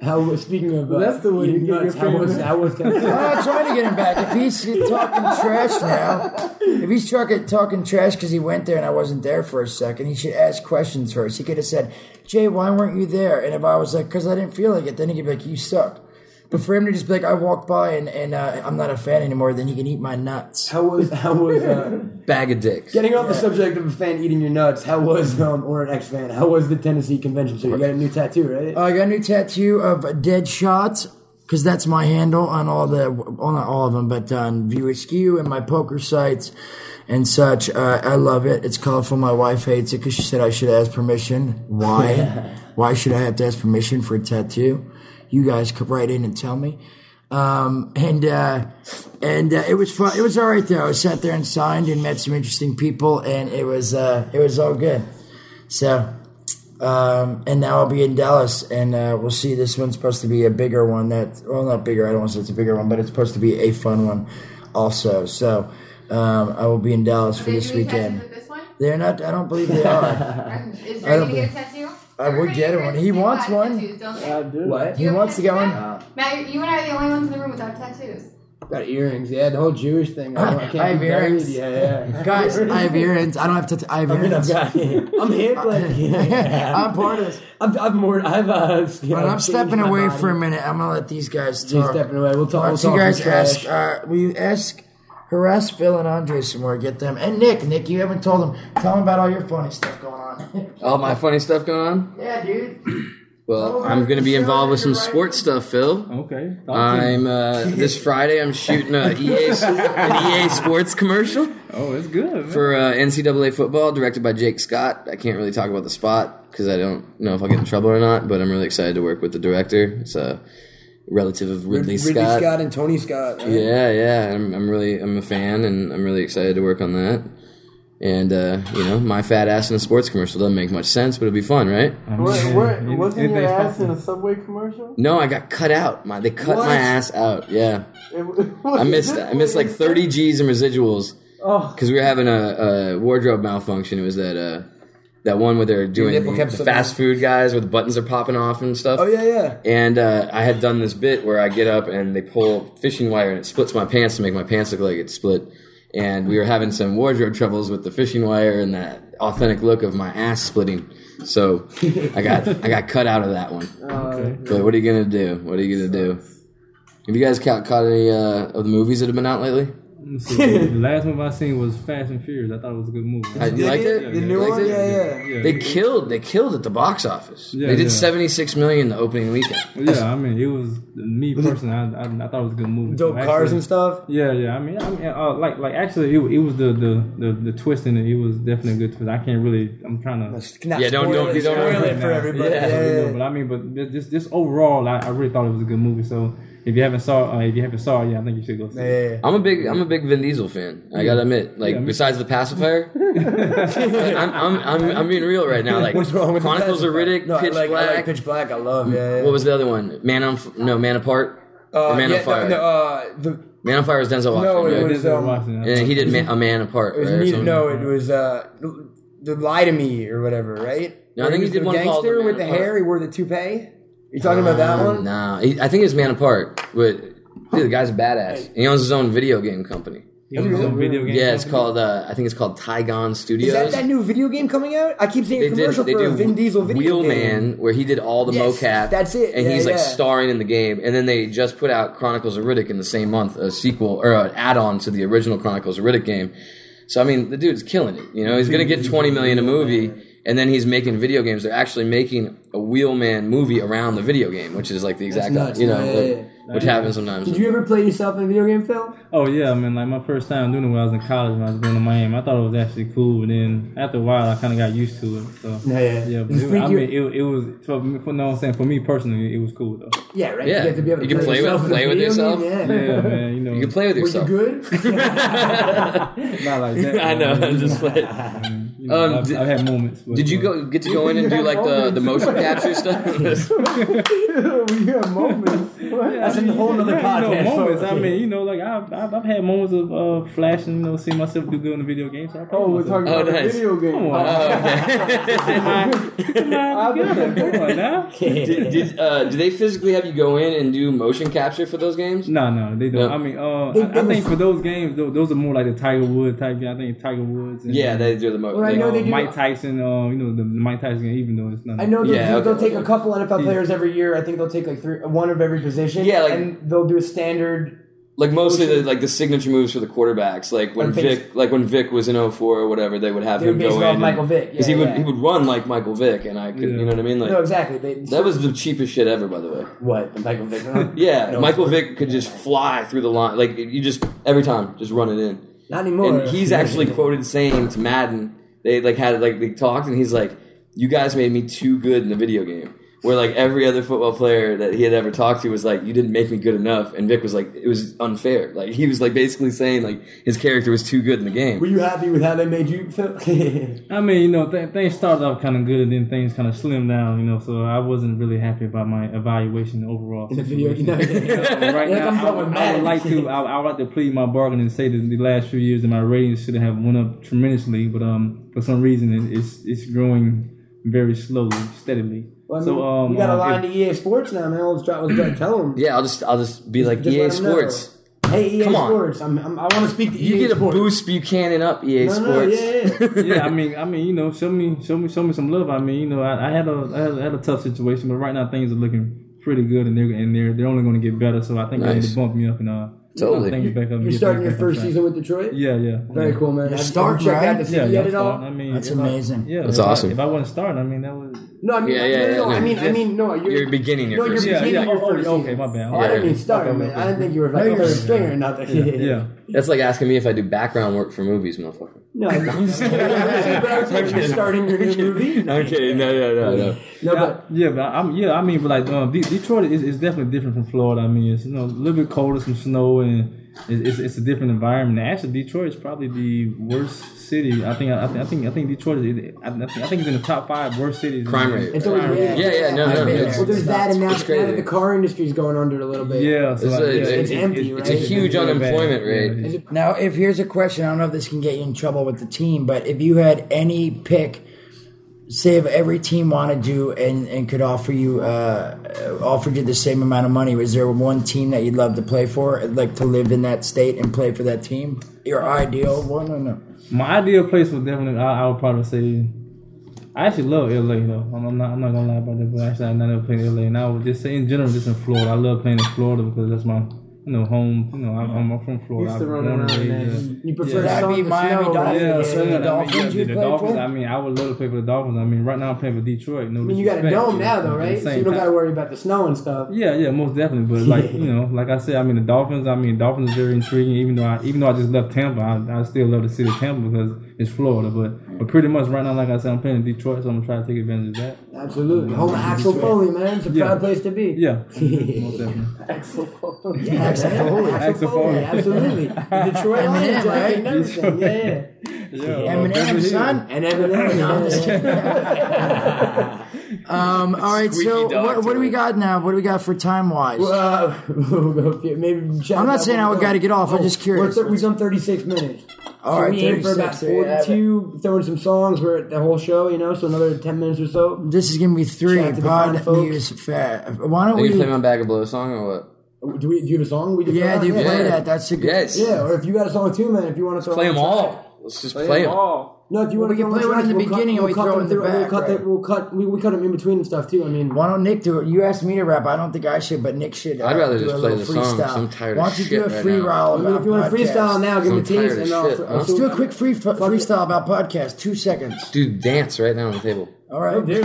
Speaker 9: How was speaking of uh,
Speaker 7: That's the way
Speaker 9: eating
Speaker 7: you get
Speaker 9: nuts,
Speaker 7: your
Speaker 9: how was
Speaker 7: family.
Speaker 9: how was that?
Speaker 3: I'm not trying to get him back. If he's talking trash now, if he's talking talking trash because he went there and I wasn't there for a second, he should ask questions first. He could have said, "Jay, why weren't you there?" And if I was like, "Because I didn't feel like it," then he'd be like, "You suck." But for him to just be like, "I walked by and, and uh, I'm not a fan anymore," then he can eat my nuts.
Speaker 9: How was how was uh,
Speaker 5: Bag of dicks.
Speaker 9: <laughs> getting off the subject of a fan eating your nuts? How was um or an ex fan? How was the Tennessee convention? So you got a new tattoo, right?
Speaker 3: Uh, I got a new tattoo of Dead Shots because that's my handle on all the, well, not all of them, but on View Askew and my poker sites and such. Uh, I love it. It's colorful. My wife hates it because she said I should ask permission. Why? Why should I have to ask permission for a tattoo? you guys could write in and tell me. Um, and uh, and uh, it was fun. It was all right though. I sat there and signed and met some interesting people, and it was uh, it was all good. So, um, and now I'll be in Dallas, and uh, we'll see. This one's supposed to be a bigger one. That well, not bigger. I don't want to say it's a bigger one, but it's supposed to be a fun one, also. So, um, I will be in Dallas for
Speaker 8: Did
Speaker 3: this
Speaker 8: you get
Speaker 3: weekend.
Speaker 8: tattoos with this
Speaker 3: <laughs>
Speaker 8: one?
Speaker 3: They're not. I don't believe
Speaker 9: <laughs>
Speaker 3: they are.
Speaker 8: Is
Speaker 3: I
Speaker 8: Dre
Speaker 3: don't
Speaker 8: gonna get a tattoo?
Speaker 3: I would get one. He
Speaker 8: Everybody
Speaker 3: wants
Speaker 8: has
Speaker 3: one.
Speaker 8: tattoos, don't they?
Speaker 7: I do.
Speaker 9: What?
Speaker 3: he wants to
Speaker 9: <laughs>
Speaker 3: get one.
Speaker 8: Matt, you and I are the only ones in the room without tattoos.
Speaker 9: Got earrings. Yeah, the whole Jewish thing. I, don't- <laughs> I can't
Speaker 3: I have
Speaker 9: be buried.
Speaker 3: earrings.
Speaker 9: Yeah, yeah.
Speaker 3: Guys, I have earrings. I don't have to. I have
Speaker 9: I mean, I've
Speaker 3: earrings.
Speaker 9: got. Uh, I'm here, but <laughs>
Speaker 3: <laughs> I'm
Speaker 9: I'm
Speaker 3: part of this.
Speaker 9: I've, I've more. I've. Uh, you know,
Speaker 3: But I'm
Speaker 9: changed
Speaker 3: stepping
Speaker 9: my
Speaker 3: away
Speaker 9: body.
Speaker 3: for a minute. I'm gonna let these guys
Speaker 9: You're
Speaker 3: talk.
Speaker 9: stepping away. We'll talk.
Speaker 3: Why
Speaker 9: We'll
Speaker 3: don't
Speaker 9: talk
Speaker 3: you guys
Speaker 9: some trash.
Speaker 3: ask? Uh, will you ask? Harass Phil and Andre some more. Get them and Nick. Nick, you haven't told them. Tell them about all your funny stuff going
Speaker 4: <laughs>
Speaker 3: on.
Speaker 5: All my funny stuff going on.
Speaker 3: yeah, dude.
Speaker 5: Well, I'm going to be involved with some sports stuff, Phil.
Speaker 6: Okay.
Speaker 5: I'm uh, this Friday. I'm shooting a EA s- an EA Sports commercial
Speaker 6: oh, it's good. Man.
Speaker 5: for uh, NCAA football, directed by Jake Scott. I can't really talk about the spot because I don't know if I'll get in trouble or not. But I'm really excited to work with the director. It's a relative of Ridley,
Speaker 4: Ridley Scott. and Tony Scott. right?
Speaker 5: Yeah, yeah. I'm, I'm really, I'm a fan, and I'm really excited to work on that. And uh, you know, my fat ass in a sports commercial doesn't make much sense, but it'll be fun, right?
Speaker 7: What, what,
Speaker 6: Anything-
Speaker 7: wasn't your
Speaker 6: anything's
Speaker 7: ass in
Speaker 6: possible.
Speaker 7: a subway commercial?
Speaker 5: No, I got cut out. My they cut my
Speaker 4: What?
Speaker 5: ass out. Yeah,
Speaker 7: <laughs> It-
Speaker 5: I missed. I missed like 30 G's in residuals
Speaker 7: Oh,
Speaker 5: because we were having a, a wardrobe malfunction. It was that uh, that one where they're doing
Speaker 4: nipple
Speaker 5: the,
Speaker 4: kept
Speaker 5: the
Speaker 4: slipping
Speaker 5: fast
Speaker 4: out.
Speaker 5: food guys where the buttons are popping off and stuff.
Speaker 4: Oh yeah, yeah.
Speaker 5: And uh, I had done this bit where I get up and they pull fishing wire and it splits my pants to make my pants look like it's split. And we were having some wardrobe troubles with the fishing wire and that authentic look of my ass splitting. So I got I got cut out of that one. But what are you gonna do? What are you gonna do? Have you guys caught, caught any uh, of the movies that have been out lately?
Speaker 6: Let me see.
Speaker 7: <laughs>
Speaker 6: the last movie I seen was Fast and Furious. I thought it was a good movie.
Speaker 5: I, you liked it?
Speaker 4: The
Speaker 5: You
Speaker 4: new
Speaker 5: liked
Speaker 4: one,
Speaker 5: it?
Speaker 4: yeah, yeah.
Speaker 6: yeah,
Speaker 5: They killed. They killed at the box office.
Speaker 6: Yeah,
Speaker 5: they did
Speaker 6: yeah.
Speaker 5: 76 million the opening weekend.
Speaker 6: yeah. I mean, it was me personally. I, I, I thought it was a good movie.
Speaker 9: Dope
Speaker 6: So
Speaker 9: cars
Speaker 6: actually-
Speaker 9: and stuff.
Speaker 6: Yeah, yeah. I mean, I mean, uh, like, like actually, it, it was the, the the the twist in it. It was definitely a good twist. I can't really. I'm trying to.
Speaker 9: Not
Speaker 5: Yeah, don't-
Speaker 9: spoil
Speaker 5: don't-
Speaker 9: it,
Speaker 5: don't-
Speaker 9: spoil
Speaker 5: don't-
Speaker 9: it for everybody.
Speaker 5: Yeah.
Speaker 9: Yeah, yeah, yeah.
Speaker 6: But I mean, but thi- this this overall, I, I really thought it was a good movie. So if you haven't saw, uh, if you haven't saw, it, yeah, I think you should go see. it.
Speaker 5: I'm a big I'm a big Vin Diesel fan. I gotta admit, like
Speaker 6: me
Speaker 5: besides the pacifier, I'm, I'm I'm I'm being real right now. Like
Speaker 9: What's wrong with the
Speaker 5: Chronicles of
Speaker 9: Pacifier?
Speaker 5: Riddick,
Speaker 9: No, I
Speaker 5: Pitch
Speaker 9: like- I
Speaker 5: Black.
Speaker 9: like Pitch Black. I love. Yeah. yeah.
Speaker 5: what was the other one? Man on F- no Man Apart.
Speaker 4: Uh,
Speaker 5: Or Man
Speaker 4: yeah,
Speaker 5: on Fire.
Speaker 4: No, no, uh, the,
Speaker 5: Man on Fire was Denzel
Speaker 4: No,
Speaker 5: Washington.
Speaker 4: it
Speaker 5: right?
Speaker 4: was-
Speaker 6: Denzel
Speaker 4: um,
Speaker 6: Washington.
Speaker 5: And he did man, a Man Apart.
Speaker 4: it was
Speaker 5: right, or
Speaker 4: neither-
Speaker 5: something.
Speaker 4: no, it was uh, the Lie to Me or whatever, right?
Speaker 5: No, I
Speaker 4: Where
Speaker 5: think he
Speaker 4: was
Speaker 5: did
Speaker 4: the
Speaker 5: one called The
Speaker 4: gangster
Speaker 5: Man
Speaker 4: with the
Speaker 5: Apart.
Speaker 4: hair. He wore the toupee. You talking about that
Speaker 5: Uh,
Speaker 4: one?
Speaker 5: Nah, he, I think it's Man Apart. But dude, the guy's a badass. He owns his own video game company.
Speaker 6: He was on video game.
Speaker 5: Yeah, it's
Speaker 6: company.
Speaker 5: called. Uh, I think it's called Tygon Studios.
Speaker 4: Is that that new video game coming out? I keep seeing a commercial for a Vin Diesel video game.
Speaker 5: Wheelman, where he did all the
Speaker 4: Yes,
Speaker 5: mocap.
Speaker 4: that's it.
Speaker 5: And
Speaker 4: Yeah,
Speaker 5: he's like
Speaker 4: yeah.
Speaker 5: starring in the game. And then they just put out Chronicles of Riddick in the same month, a sequel or an add-on to the original Chronicles of Riddick game. So I mean, the dude's killing it. You know, he's gonna get twenty million a movie, and then he's making video games. They're actually making a Wheelman movie around the video game, which is like the exact,
Speaker 4: nuts.
Speaker 5: you know,
Speaker 4: Yeah,
Speaker 5: like,
Speaker 4: yeah,
Speaker 5: which happens sometimes.
Speaker 9: Did you ever play yourself in a video game, Phil?
Speaker 6: Oh yeah, I mean, like my first time doing it when I was in college when I was going to Miami, I thought it was actually cool. But then after a while, I kind of got used to it. So
Speaker 9: Yeah, yeah.
Speaker 6: yeah. But
Speaker 9: You
Speaker 6: it,
Speaker 9: think
Speaker 6: I
Speaker 9: you-
Speaker 6: mean, it, it was for me, for, no, I'm saying for me personally, it was cool though.
Speaker 9: Yeah, right.
Speaker 5: Yeah.
Speaker 9: You have to be able to
Speaker 5: You can
Speaker 9: play,
Speaker 5: play with-
Speaker 9: yourself in a
Speaker 5: play with
Speaker 9: video
Speaker 5: yourself.
Speaker 9: game, Yeah.
Speaker 6: Yeah, man. You know,
Speaker 5: You can play with
Speaker 9: Were you
Speaker 5: yourself.
Speaker 9: good?
Speaker 6: not like that.
Speaker 5: <laughs> I know. I'm just like,
Speaker 6: You know,
Speaker 5: Um,
Speaker 6: I've,
Speaker 5: did-
Speaker 6: I've had moments. but- uh,
Speaker 5: did you go get to go in and do like the, the motion capture
Speaker 4: <laughs>
Speaker 5: stuff?
Speaker 7: we have moments. What?
Speaker 9: That's a whole nother
Speaker 6: Yeah, you <laughs>
Speaker 9: podcast.
Speaker 6: know, moments.
Speaker 9: folks.
Speaker 6: I mean, you know, like I've, I've, I've had moments of uh, flashing, you know, seeing myself do good in the video games. So I
Speaker 7: Oh, we're
Speaker 6: myself.
Speaker 5: <laughs>
Speaker 7: talking
Speaker 5: Oh,
Speaker 7: about
Speaker 5: nice.
Speaker 7: the video
Speaker 6: Come
Speaker 7: game.
Speaker 5: <laughs>
Speaker 6: on,
Speaker 5: okay.
Speaker 6: come on, together. come on now.
Speaker 5: <laughs> did, did, uh, do they physically have you go in and do motion capture for those games?
Speaker 6: No, no, they don't.
Speaker 5: No.
Speaker 6: I mean, uh, I, I think for those games, tho- those are more like the Tiger Woods type. game. I think Tiger Woods. And,
Speaker 5: Yeah, they do the motion.
Speaker 9: I know they do-
Speaker 6: Mike Tyson. Uh, you know the Mike Tyson. game, Even though it's not.
Speaker 9: I know they'll,
Speaker 5: Yeah,
Speaker 9: they'll
Speaker 5: okay.
Speaker 9: take a couple NFL players every year. I think they'll take like three, one of every position.
Speaker 5: Yeah, like-
Speaker 9: and they'll do a standard.
Speaker 5: like mostly the, like the signature moves for the quarterbacks. Like when
Speaker 9: I'm thinking-
Speaker 5: Vic, like when Vic was in 04 or whatever, they would have
Speaker 9: They
Speaker 5: him
Speaker 9: would base
Speaker 5: go
Speaker 9: it
Speaker 5: in.
Speaker 9: off
Speaker 5: and-
Speaker 9: Michael Vick. Yeah,
Speaker 5: he would
Speaker 9: yeah.
Speaker 5: he would run like Michael Vick, and I could,
Speaker 6: Yeah.
Speaker 5: you know what I mean? Like
Speaker 9: No, exactly. They,
Speaker 5: that was the cheapest shit ever, by the
Speaker 9: <laughs>
Speaker 5: way.
Speaker 9: what the
Speaker 5: <laughs>
Speaker 9: Michael Vick. huh?
Speaker 5: Yeah,
Speaker 9: No,
Speaker 5: Michael Vick could just fly through the line. Like you just every time, just run it in.
Speaker 9: not anymore.
Speaker 5: and he's actually
Speaker 9: <laughs>
Speaker 5: quoted saying to Madden, they like had like they talked, and he's like, "You guys made me too good in the video game." where like every other football player that he had ever talked to was like, "You didn't make me good enough," and Vic was like, "It was unfair." Like he was like basically saying like his character was too good in the game.
Speaker 4: Were you happy with how they made you feel?
Speaker 9: <laughs>
Speaker 6: I mean, you know, th- things started off kind of good, and then things kind of slimmed down. You know, so I wasn't really happy about my evaluation overall.
Speaker 4: the video, you know.
Speaker 6: right
Speaker 4: Like,
Speaker 6: now,
Speaker 4: I'm
Speaker 6: I
Speaker 4: going
Speaker 6: would, I would
Speaker 4: mad.
Speaker 6: like to. I, I would like to plead my bargain and say that the last few years that my ratings should have went up tremendously, but um, for some reason it, it's it's growing very slowly, steadily.
Speaker 4: Well, I mean,
Speaker 6: so um,
Speaker 4: you got a
Speaker 6: uh,
Speaker 4: line
Speaker 6: if-
Speaker 4: to EA Sports now, man. Let's try. Let's try.
Speaker 5: <laughs>
Speaker 4: Tell them.
Speaker 5: Yeah, I'll just I'll just be like
Speaker 4: Just
Speaker 5: EA
Speaker 4: let 'em know.
Speaker 5: Sports.
Speaker 4: Hey, EA
Speaker 5: Come on.
Speaker 4: Sports. I'm, I'm, I want to speak to
Speaker 5: You
Speaker 4: EA
Speaker 5: get a
Speaker 4: Sports.
Speaker 5: boost Buchanan up EA
Speaker 4: No, no,
Speaker 5: <laughs> Sports. <laughs>
Speaker 4: yeah,
Speaker 6: yeah, I mean, I mean, you know, show me, show me, show me some love. I mean, you know, I, I had a, I had, I had a tough situation, but right now things are looking pretty good, and they're, and they're, they're only going to get better. So I think they need
Speaker 5: Nice.
Speaker 6: to bump me up and uh,
Speaker 5: Totally.
Speaker 6: bump things back up. and
Speaker 4: You're
Speaker 6: get
Speaker 4: starting
Speaker 6: things
Speaker 4: your
Speaker 6: back on
Speaker 4: first
Speaker 6: track.
Speaker 4: season with Detroit.
Speaker 6: Yeah, yeah,
Speaker 4: Very cool, man. Have you
Speaker 3: starting,
Speaker 4: checked out
Speaker 3: right?
Speaker 4: the
Speaker 6: Yeah,
Speaker 4: CD
Speaker 6: yeah.
Speaker 4: yet
Speaker 6: I'm
Speaker 4: at all?
Speaker 6: starting. I mean,
Speaker 3: That's
Speaker 6: if I-
Speaker 3: amazing.
Speaker 6: yeah,
Speaker 5: That's
Speaker 6: if I-
Speaker 5: awesome.
Speaker 6: if I wasn't starting, I mean, that was.
Speaker 4: No, I mean,
Speaker 5: Yeah, yeah,
Speaker 4: no, no, no,
Speaker 5: yeah,
Speaker 4: I
Speaker 5: no.
Speaker 4: mean, I
Speaker 5: Yeah.
Speaker 4: mean, no, you're,
Speaker 5: You're beginning your
Speaker 4: No, you're
Speaker 5: first.
Speaker 6: Yeah,
Speaker 4: beginning
Speaker 6: yeah.
Speaker 4: your
Speaker 6: oh,
Speaker 4: first
Speaker 6: okay,
Speaker 4: season.
Speaker 6: my bad.
Speaker 4: Oh, I didn't
Speaker 5: Yeah.
Speaker 4: even start, man. I didn't think you were like
Speaker 3: No,
Speaker 4: a
Speaker 3: you're-
Speaker 4: first stringer or nothing. <laughs>
Speaker 6: Yeah,
Speaker 5: That's like asking me if I do background work for movies, motherfucker.
Speaker 4: No, no. you're starting your new movie.
Speaker 5: Okay, no, no, no, no.
Speaker 4: No,
Speaker 6: yeah,
Speaker 4: but
Speaker 6: yeah, but I'm, yeah, I mean, but like um, De- Detroit is, is definitely different from Florida. I mean, it's you know a little bit colder, some snow, and it's, it's, it's a different environment. Actually, Detroit is probably the worst city. I think I, think I think I think Detroit is. I, I think, I think it's in the top five worst cities.
Speaker 5: Crime rate.
Speaker 4: it's always
Speaker 6: Yeah,
Speaker 4: bad.
Speaker 5: yeah, no,
Speaker 3: no,
Speaker 4: I've been
Speaker 3: it's-
Speaker 4: there. Well, there's that, and now, now
Speaker 5: it's crazy.
Speaker 4: that the car industry's going under a little bit.
Speaker 6: Yeah, so
Speaker 5: It's
Speaker 6: like,
Speaker 5: a-
Speaker 6: yeah,
Speaker 5: it's-
Speaker 4: empty,
Speaker 5: It's a
Speaker 4: right?
Speaker 5: huge
Speaker 6: really bad.
Speaker 5: unemployment
Speaker 6: Yeah,
Speaker 5: rate.
Speaker 6: it's-
Speaker 3: Now, if here's a question, I don't know if this can get you in trouble with the team, but if you had any pick, say if every team wanted you and, and could offer you uh, uh, offered you the same amount of money, was there one team that you'd love to play for, like to live in that state and play for that team? Your ideal one or no?
Speaker 6: My ideal place would definitely. I, I would probably say. I actually love LA though. I'm, I'm not. I'm not gonna lie about that. But actually, I never played in LA, and I would just say in general, just in Florida. I love playing in Florida because that's my, you know, home. You know, I'm, I'm from Florida.
Speaker 7: Used
Speaker 6: I was
Speaker 7: to run
Speaker 6: born and
Speaker 7: around
Speaker 6: raised
Speaker 7: that.
Speaker 6: there.
Speaker 4: You prefer
Speaker 3: That'd
Speaker 4: sun
Speaker 3: be
Speaker 4: to
Speaker 3: Miami
Speaker 4: snow,
Speaker 3: Dolphins.
Speaker 4: right?
Speaker 6: Yeah,
Speaker 3: Yeah,
Speaker 6: so
Speaker 3: the
Speaker 6: yeah, I
Speaker 3: Dolphins
Speaker 6: mean, yeah,
Speaker 3: you
Speaker 6: the
Speaker 3: play
Speaker 6: Dolphins.
Speaker 3: for?
Speaker 6: I mean, I would love to play for the Dolphins. I mean, right now I'm playing for Detroit. No,
Speaker 4: I mean, you got a
Speaker 6: disrespect,
Speaker 4: dome
Speaker 6: but
Speaker 4: now, though,
Speaker 6: at the
Speaker 4: right? So
Speaker 6: same
Speaker 4: you don't got to
Speaker 6: time-
Speaker 4: worry about the snow and stuff.
Speaker 6: Yeah, yeah, most definitely. But
Speaker 4: <laughs>
Speaker 6: like you know, like I said, I mean, the Dolphins. I mean, Dolphins are very intriguing. Even though I, even though I just left Tampa, I, I still love the city of Tampa because it's Florida. But but pretty much right now, like I said, I'm playing in Detroit, so I'm gonna try to take advantage of that.
Speaker 3: Mm-hmm.
Speaker 4: Absolutely. Home of Axel Foley, man. It's a
Speaker 6: Yeah.
Speaker 4: proud place to
Speaker 6: <laughs>
Speaker 4: be. <laughs>
Speaker 6: Yeah, most definitely.
Speaker 4: Axel Foley.
Speaker 6: Axel
Speaker 4: Axel
Speaker 6: Foley. <laughs>
Speaker 4: Foley. Absolutely. The Detroit
Speaker 3: Eminem, right?
Speaker 4: Lions, right? And everything. Yeah, yeah.
Speaker 6: Yeah,
Speaker 5: Uh,
Speaker 3: Eminem, son.
Speaker 4: And Eminem. No, I'm just kidding.
Speaker 3: <laughs> Um, all right,
Speaker 5: Squeaky
Speaker 3: so
Speaker 5: dog
Speaker 3: what, what do we
Speaker 5: toy.
Speaker 3: got now? What do we got for time wise?
Speaker 4: Uh, <laughs> we'll go a few- maybe
Speaker 3: I'm not saying I would gotta get off, I'm just curious.
Speaker 4: Oh, We're, we're on 36 minutes.
Speaker 3: all
Speaker 4: so
Speaker 3: right,
Speaker 4: we aim for about
Speaker 3: 36, there you have it.
Speaker 4: 42, throwing some songs. We're at the whole show, you know, so another 10 minutes or so.
Speaker 3: This is gonna be three
Speaker 4: Shout out to the fine
Speaker 3: pod
Speaker 4: folks.
Speaker 3: news. Fair. Why don't
Speaker 5: Are you
Speaker 3: we?
Speaker 5: play my Bag of Blow song or what?
Speaker 4: Do, we, do you have a song? We can throw
Speaker 3: Yeah,
Speaker 4: out?
Speaker 3: do you play
Speaker 5: Yeah.
Speaker 3: that? That's a good.
Speaker 5: Yes.
Speaker 4: Yeah, or if you got a song too, man, if you want to throw
Speaker 5: Play
Speaker 4: on
Speaker 5: them
Speaker 4: a track.
Speaker 5: all. Let's just play them.
Speaker 7: Oh,
Speaker 4: No, if you
Speaker 3: Well,
Speaker 4: want
Speaker 3: we
Speaker 4: to
Speaker 3: can play one in the beginning and we throw it in the back,
Speaker 4: We'll cut,
Speaker 3: right?
Speaker 4: the, we'll cut we, we cut them in between and stuff too. I mean,
Speaker 3: Why don't Nick do it? You asked me to rap. I don't think I should, but Nick should. uh,
Speaker 5: I'd rather
Speaker 3: do
Speaker 5: just
Speaker 3: a
Speaker 5: play
Speaker 3: little
Speaker 5: the songs.
Speaker 3: freestyle.
Speaker 5: I'm tired of
Speaker 3: Why don't you do a
Speaker 5: shit right
Speaker 3: free
Speaker 5: now.
Speaker 3: roll
Speaker 4: I mean,
Speaker 3: about
Speaker 4: if you want to
Speaker 3: podcast?
Speaker 4: freestyle now, give
Speaker 5: So
Speaker 4: me
Speaker 5: I'm
Speaker 4: tease
Speaker 5: tired
Speaker 4: and
Speaker 5: as
Speaker 4: I'll,
Speaker 5: shit,
Speaker 4: I'll
Speaker 5: huh?
Speaker 4: see
Speaker 3: Let's do
Speaker 4: what-
Speaker 3: a quick free freestyle about podcast. Two seconds.
Speaker 5: Dude, dance right now on the table.
Speaker 3: All right. <laughs>
Speaker 4: do it.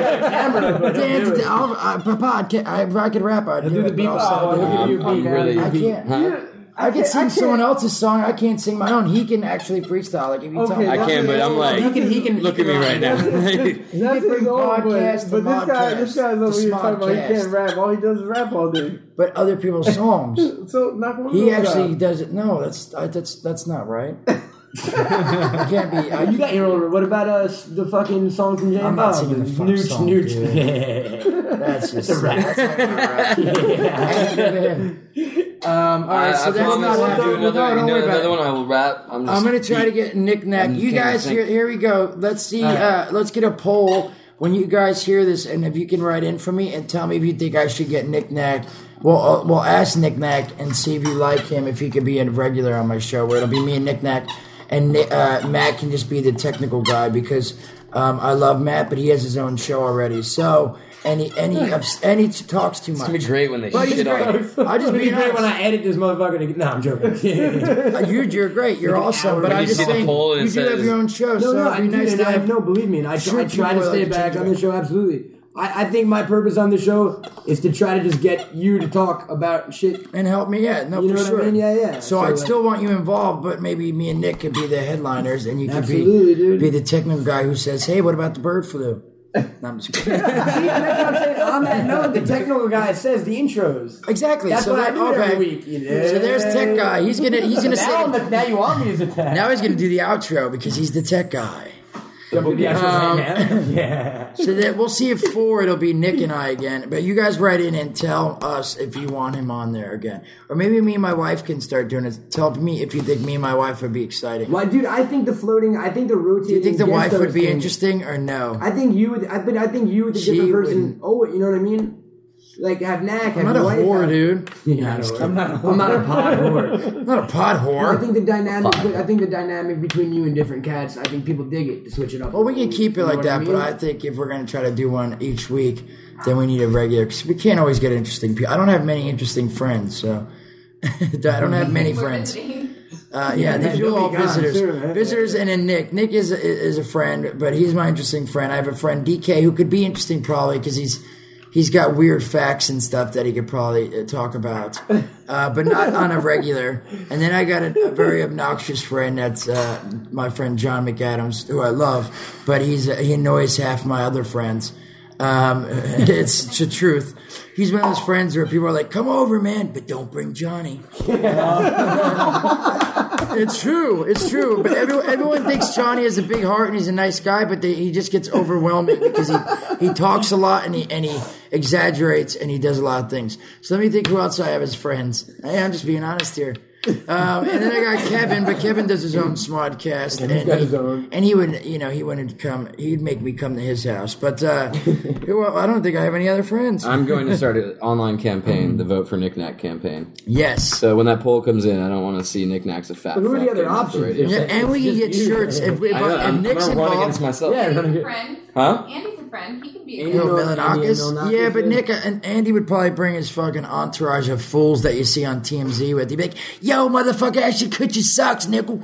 Speaker 3: Dance. I'll, I, podcast. I, if I could rap, I'd do
Speaker 4: Do
Speaker 3: it.
Speaker 4: the beat.
Speaker 3: but also-
Speaker 4: Oh, I'll give you a
Speaker 5: I'm
Speaker 4: beat.
Speaker 5: really-
Speaker 3: <laughs> I can't.
Speaker 5: Huh?
Speaker 3: I can sing someone else's song. I can't sing my own. He can actually freestyle. Like if you tell
Speaker 7: Okay,
Speaker 3: me,
Speaker 5: I
Speaker 7: that's
Speaker 5: can,
Speaker 7: it.
Speaker 5: but I'm
Speaker 4: He
Speaker 5: like, <laughs>
Speaker 4: can, he can,
Speaker 5: look at me right
Speaker 3: <laughs>
Speaker 5: now.
Speaker 7: That's
Speaker 3: bring
Speaker 7: his old
Speaker 3: podcast
Speaker 7: podcast,
Speaker 3: to
Speaker 7: but this guy,
Speaker 3: modcast,
Speaker 7: this guy's over
Speaker 3: to
Speaker 7: here talking about he can't
Speaker 3: smodcast.
Speaker 7: rap. All he does is rap all day.
Speaker 3: but other people's songs.
Speaker 7: So knock one
Speaker 3: He
Speaker 7: of those
Speaker 3: actually
Speaker 7: out.
Speaker 3: does it. No, that's I, that's that's not right. <laughs> it can't be. I,
Speaker 4: You got your own. What about uh, the fucking song from James
Speaker 3: I'm not singing the fucking
Speaker 4: Nooch,
Speaker 3: song,
Speaker 4: Nooch. <laughs>
Speaker 3: That's just that's <laughs> not right. um, all
Speaker 5: I,
Speaker 3: right, so
Speaker 5: I
Speaker 3: that's
Speaker 5: promise I'll
Speaker 3: not
Speaker 5: do
Speaker 3: happening. No,
Speaker 5: another,
Speaker 3: don't
Speaker 5: you know,
Speaker 3: worry about
Speaker 5: another
Speaker 3: it.
Speaker 5: one I will rap. I'm, just
Speaker 3: I'm gonna try to get Nick Neck.
Speaker 5: I'm
Speaker 3: You
Speaker 5: trying to
Speaker 3: guys,
Speaker 5: think.
Speaker 3: here, here we go. Let's see. Uh, let's get a poll when you guys hear this, and if you can write in for me and tell me if you think I should get Nick Nack. We'll uh, we'll ask Nick Nack and see if you like him, if he could be a regular on my show, where it'll be me and Nick Nack, and Ni- uh, Matt can just be the technical guy because um, I love Matt, but he has his own show already. So any any ups, any talks too
Speaker 5: It's gonna be
Speaker 3: much.
Speaker 5: great when they
Speaker 3: But he's
Speaker 5: shit on
Speaker 3: great.
Speaker 5: it.
Speaker 3: I just
Speaker 4: It'd be
Speaker 3: be
Speaker 4: great when
Speaker 3: honest.
Speaker 4: I edit this motherfucker. To get, no,
Speaker 3: <laughs>
Speaker 4: I'm joking.
Speaker 3: You're, Uh, you're great. You're awesome. But
Speaker 5: When
Speaker 3: I'm
Speaker 5: you
Speaker 3: just
Speaker 5: see the
Speaker 3: saying,
Speaker 5: poll and
Speaker 3: you
Speaker 5: it
Speaker 3: do have
Speaker 5: says-
Speaker 3: your own show,
Speaker 4: No,
Speaker 3: so
Speaker 4: no,
Speaker 3: it'd
Speaker 4: I,
Speaker 3: be
Speaker 4: dude,
Speaker 3: nice
Speaker 4: and
Speaker 3: to
Speaker 4: I,
Speaker 3: have
Speaker 4: no, believe me, and I, I
Speaker 3: Sure,
Speaker 4: try
Speaker 3: people
Speaker 4: to stay
Speaker 3: like
Speaker 4: back
Speaker 3: Ginger.
Speaker 4: on the show. Absolutely, I, I think my purpose on the show is to try to just get you to talk about shit.
Speaker 3: and help me. Yeah, no,
Speaker 4: You know
Speaker 3: for
Speaker 4: what
Speaker 3: sure.
Speaker 4: I mean? Yeah, yeah.
Speaker 3: So,
Speaker 4: So,
Speaker 3: I'd
Speaker 4: like-
Speaker 3: still want you involved, but maybe me and Nick could be the headliners, and you could be
Speaker 4: Absolutely, dude. <laughs>
Speaker 3: be the technical guy who says, "Hey, what about the bird flu?" No, I'm just kidding.
Speaker 9: See, that's what I'm saying. On that note, the technical guy says the intros.
Speaker 3: exactly.
Speaker 9: That's
Speaker 3: so
Speaker 9: what I
Speaker 3: that,
Speaker 9: do
Speaker 3: okay.
Speaker 9: every week. you know?
Speaker 3: So there's tech guy. He's gonna he's gonna
Speaker 9: now,
Speaker 3: say
Speaker 9: I'm the, now you want me as a tech.
Speaker 3: now he's gonna do the outro because he's the tech guy. Um, <laughs>
Speaker 9: yeah.
Speaker 3: So that we'll see if four it'll be Nick and I again. But you guys write in and tell us if you want him on there again, or maybe me and my wife can start doing it. Tell me if you think me and my wife would be exciting.
Speaker 4: Why, dude? I think the floating. I think the rotating.
Speaker 3: Do you think the
Speaker 4: guest
Speaker 3: wife would
Speaker 4: host
Speaker 3: be
Speaker 4: thing-
Speaker 3: interesting or no?
Speaker 4: I think you would. I but I think you with a
Speaker 3: She
Speaker 4: different person.
Speaker 3: wouldn't.
Speaker 4: Oh, you know what I mean? Like have knack. Have
Speaker 3: I'm not a
Speaker 4: wife,
Speaker 3: whore,
Speaker 4: have-
Speaker 3: dude.
Speaker 4: Yeah, I know it. I'm not. I'm not a pot whore.
Speaker 3: I'm not a pod
Speaker 4: I
Speaker 3: whore.
Speaker 4: think the dynamic. I think the dynamic between you and different cats. I think people dig it to switch it up.
Speaker 3: Well, we can keep it
Speaker 4: You know
Speaker 3: like
Speaker 4: what
Speaker 3: that, but
Speaker 4: mean?
Speaker 3: I think if we're gonna try to do one each week, then we need a regular because we can't always get interesting people. I don't have many interesting friends, so <laughs> I don't have many
Speaker 8: We're
Speaker 3: friends.
Speaker 8: visiting.
Speaker 3: Uh, yeah, these are
Speaker 4: they'll
Speaker 3: all
Speaker 4: be gone
Speaker 3: visitors.
Speaker 4: soon, eh?
Speaker 3: Visitors and then Nick. Nick is a, is a friend, but he's my interesting friend. I have a friend DK who could be interesting probably because he's he's got weird facts and stuff that he could probably uh, talk about, uh, but not on a regular. And then I got a, a very obnoxious friend that's uh, my friend John McAdams, who I love, but he's uh, he annoys half my other friends. Um, <laughs> it's the truth. He's one of those friends where people are like, "Come over, man," but don't bring Johnny. It's true. It's true. But everyone, everyone thinks Johnny has a big heart and he's a nice guy, but they, he just gets overwhelming because he, he talks a lot and he and he exaggerates and he does a lot of things. So let me think who else I have as friends. Hey, I'm just being honest here. Um, and then I got Kevin, but Kevin does his own smodcast, and,
Speaker 9: got
Speaker 3: he,
Speaker 9: his own.
Speaker 3: and he would, you know, he wouldn't come. He'd make me come to his house, but
Speaker 5: <laughs>
Speaker 3: uh, who- I don't think I have any other friends.
Speaker 5: I'm going to start an online campaign, the Vote for Knickknack campaign.
Speaker 3: yes,
Speaker 5: So when that poll comes in, I don't want to see Knickknacks a fat.
Speaker 4: But who are the
Speaker 5: fuck
Speaker 4: other
Speaker 5: getting off
Speaker 4: options?
Speaker 5: radio.
Speaker 3: Yeah, and we can get shirts if, if,
Speaker 5: I know,
Speaker 3: if
Speaker 5: I'm, I'm
Speaker 3: Nick's
Speaker 5: gonna run
Speaker 3: involved.
Speaker 5: against myself.
Speaker 9: Yeah,
Speaker 8: Andy's
Speaker 9: gonna
Speaker 8: a
Speaker 9: get-
Speaker 8: friend.
Speaker 5: Huh?
Speaker 8: Andy's a friend. He can be.
Speaker 4: Andy
Speaker 8: a
Speaker 3: Bill
Speaker 4: Mil-
Speaker 8: friend.
Speaker 4: Andy
Speaker 3: Milanakis?
Speaker 4: Milonakis,
Speaker 3: Yeah, but
Speaker 4: yeah.
Speaker 3: Nick uh, and Andy would probably bring his fucking entourage of fools that you see on TMZ with. He'd be like, "Yo, motherfucker, actually cut your socks, nickel."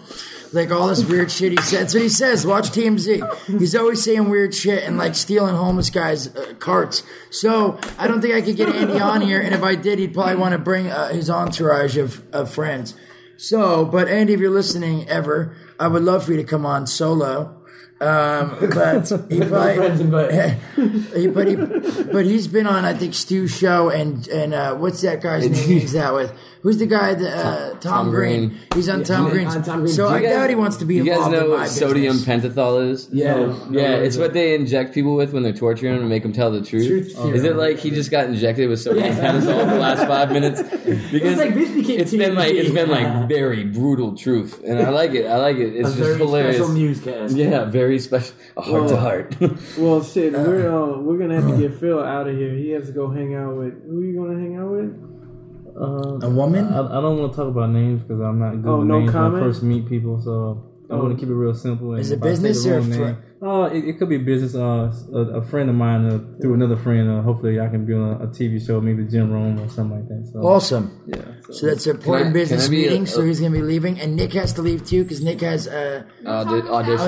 Speaker 3: Like all this weird shit he said. So he says, "Watch TMZ." He's always saying weird shit and like stealing homeless guys' uh, carts. So I don't think I could get Andy on here, and if I did, he'd probably want to bring uh, his entourage of, of friends. So, but Andy, if you're listening ever, I would love for you to come on solo. Um, but he probably,
Speaker 9: friends invited.
Speaker 3: <laughs> he, but he, but he's been on I think Stu's show and and uh, what's that guy's name he's out with? Who's the guy? That, uh, Tom, Green.
Speaker 5: Green.
Speaker 3: He's on Tom Green.
Speaker 4: on Tom Green's-
Speaker 3: So
Speaker 4: Do
Speaker 3: I
Speaker 4: you
Speaker 5: guys-
Speaker 3: doubt he wants to be
Speaker 5: You guys
Speaker 3: involved
Speaker 5: know
Speaker 3: in my
Speaker 5: what sodium
Speaker 3: business.
Speaker 5: pentothal is?
Speaker 9: Yeah.
Speaker 5: Yeah, it's what they inject people with when they're torturing them to make them tell the truth.
Speaker 9: Truth
Speaker 5: Oh, Is it like he just got injected with sodium pentothal for the last five minutes? Because
Speaker 9: It's like this became
Speaker 5: it's been like it's been like
Speaker 9: TNT.
Speaker 5: very brutal truth, and I like it. I like it.
Speaker 9: a
Speaker 5: It's
Speaker 9: very
Speaker 5: just hilarious.
Speaker 9: special newscast.
Speaker 5: Yeah, very special. A heart to
Speaker 7: Well-
Speaker 5: heart.
Speaker 7: Well, shit, we're uh, we're gonna have to get Phil out of here. He has to go hang out with. Who you gonna hang out with?
Speaker 3: A woman?
Speaker 6: Uh, I, I don't want to talk about names because I'm not good
Speaker 7: Oh,
Speaker 6: with
Speaker 7: no
Speaker 6: names when
Speaker 7: comment? Oh.
Speaker 6: I first meet people, so I want to keep it real simple. and
Speaker 3: Is it
Speaker 6: if I say the
Speaker 3: business or
Speaker 6: wrong
Speaker 3: fri-
Speaker 6: name- Oh, it, it could be business. Uh, s- a, a friend of mine uh, through another friend. Uh, hopefully, I can be on a, a TV show, maybe Jim Rome or something like that. So Uh,
Speaker 3: Awesome.
Speaker 6: yeah, so-
Speaker 3: So that's an important
Speaker 5: Can I-
Speaker 3: business
Speaker 5: can I be a-
Speaker 3: meeting. so he's gonna be leaving, and Nick has to leave too because Nick has. Uh,
Speaker 5: Audi- audition.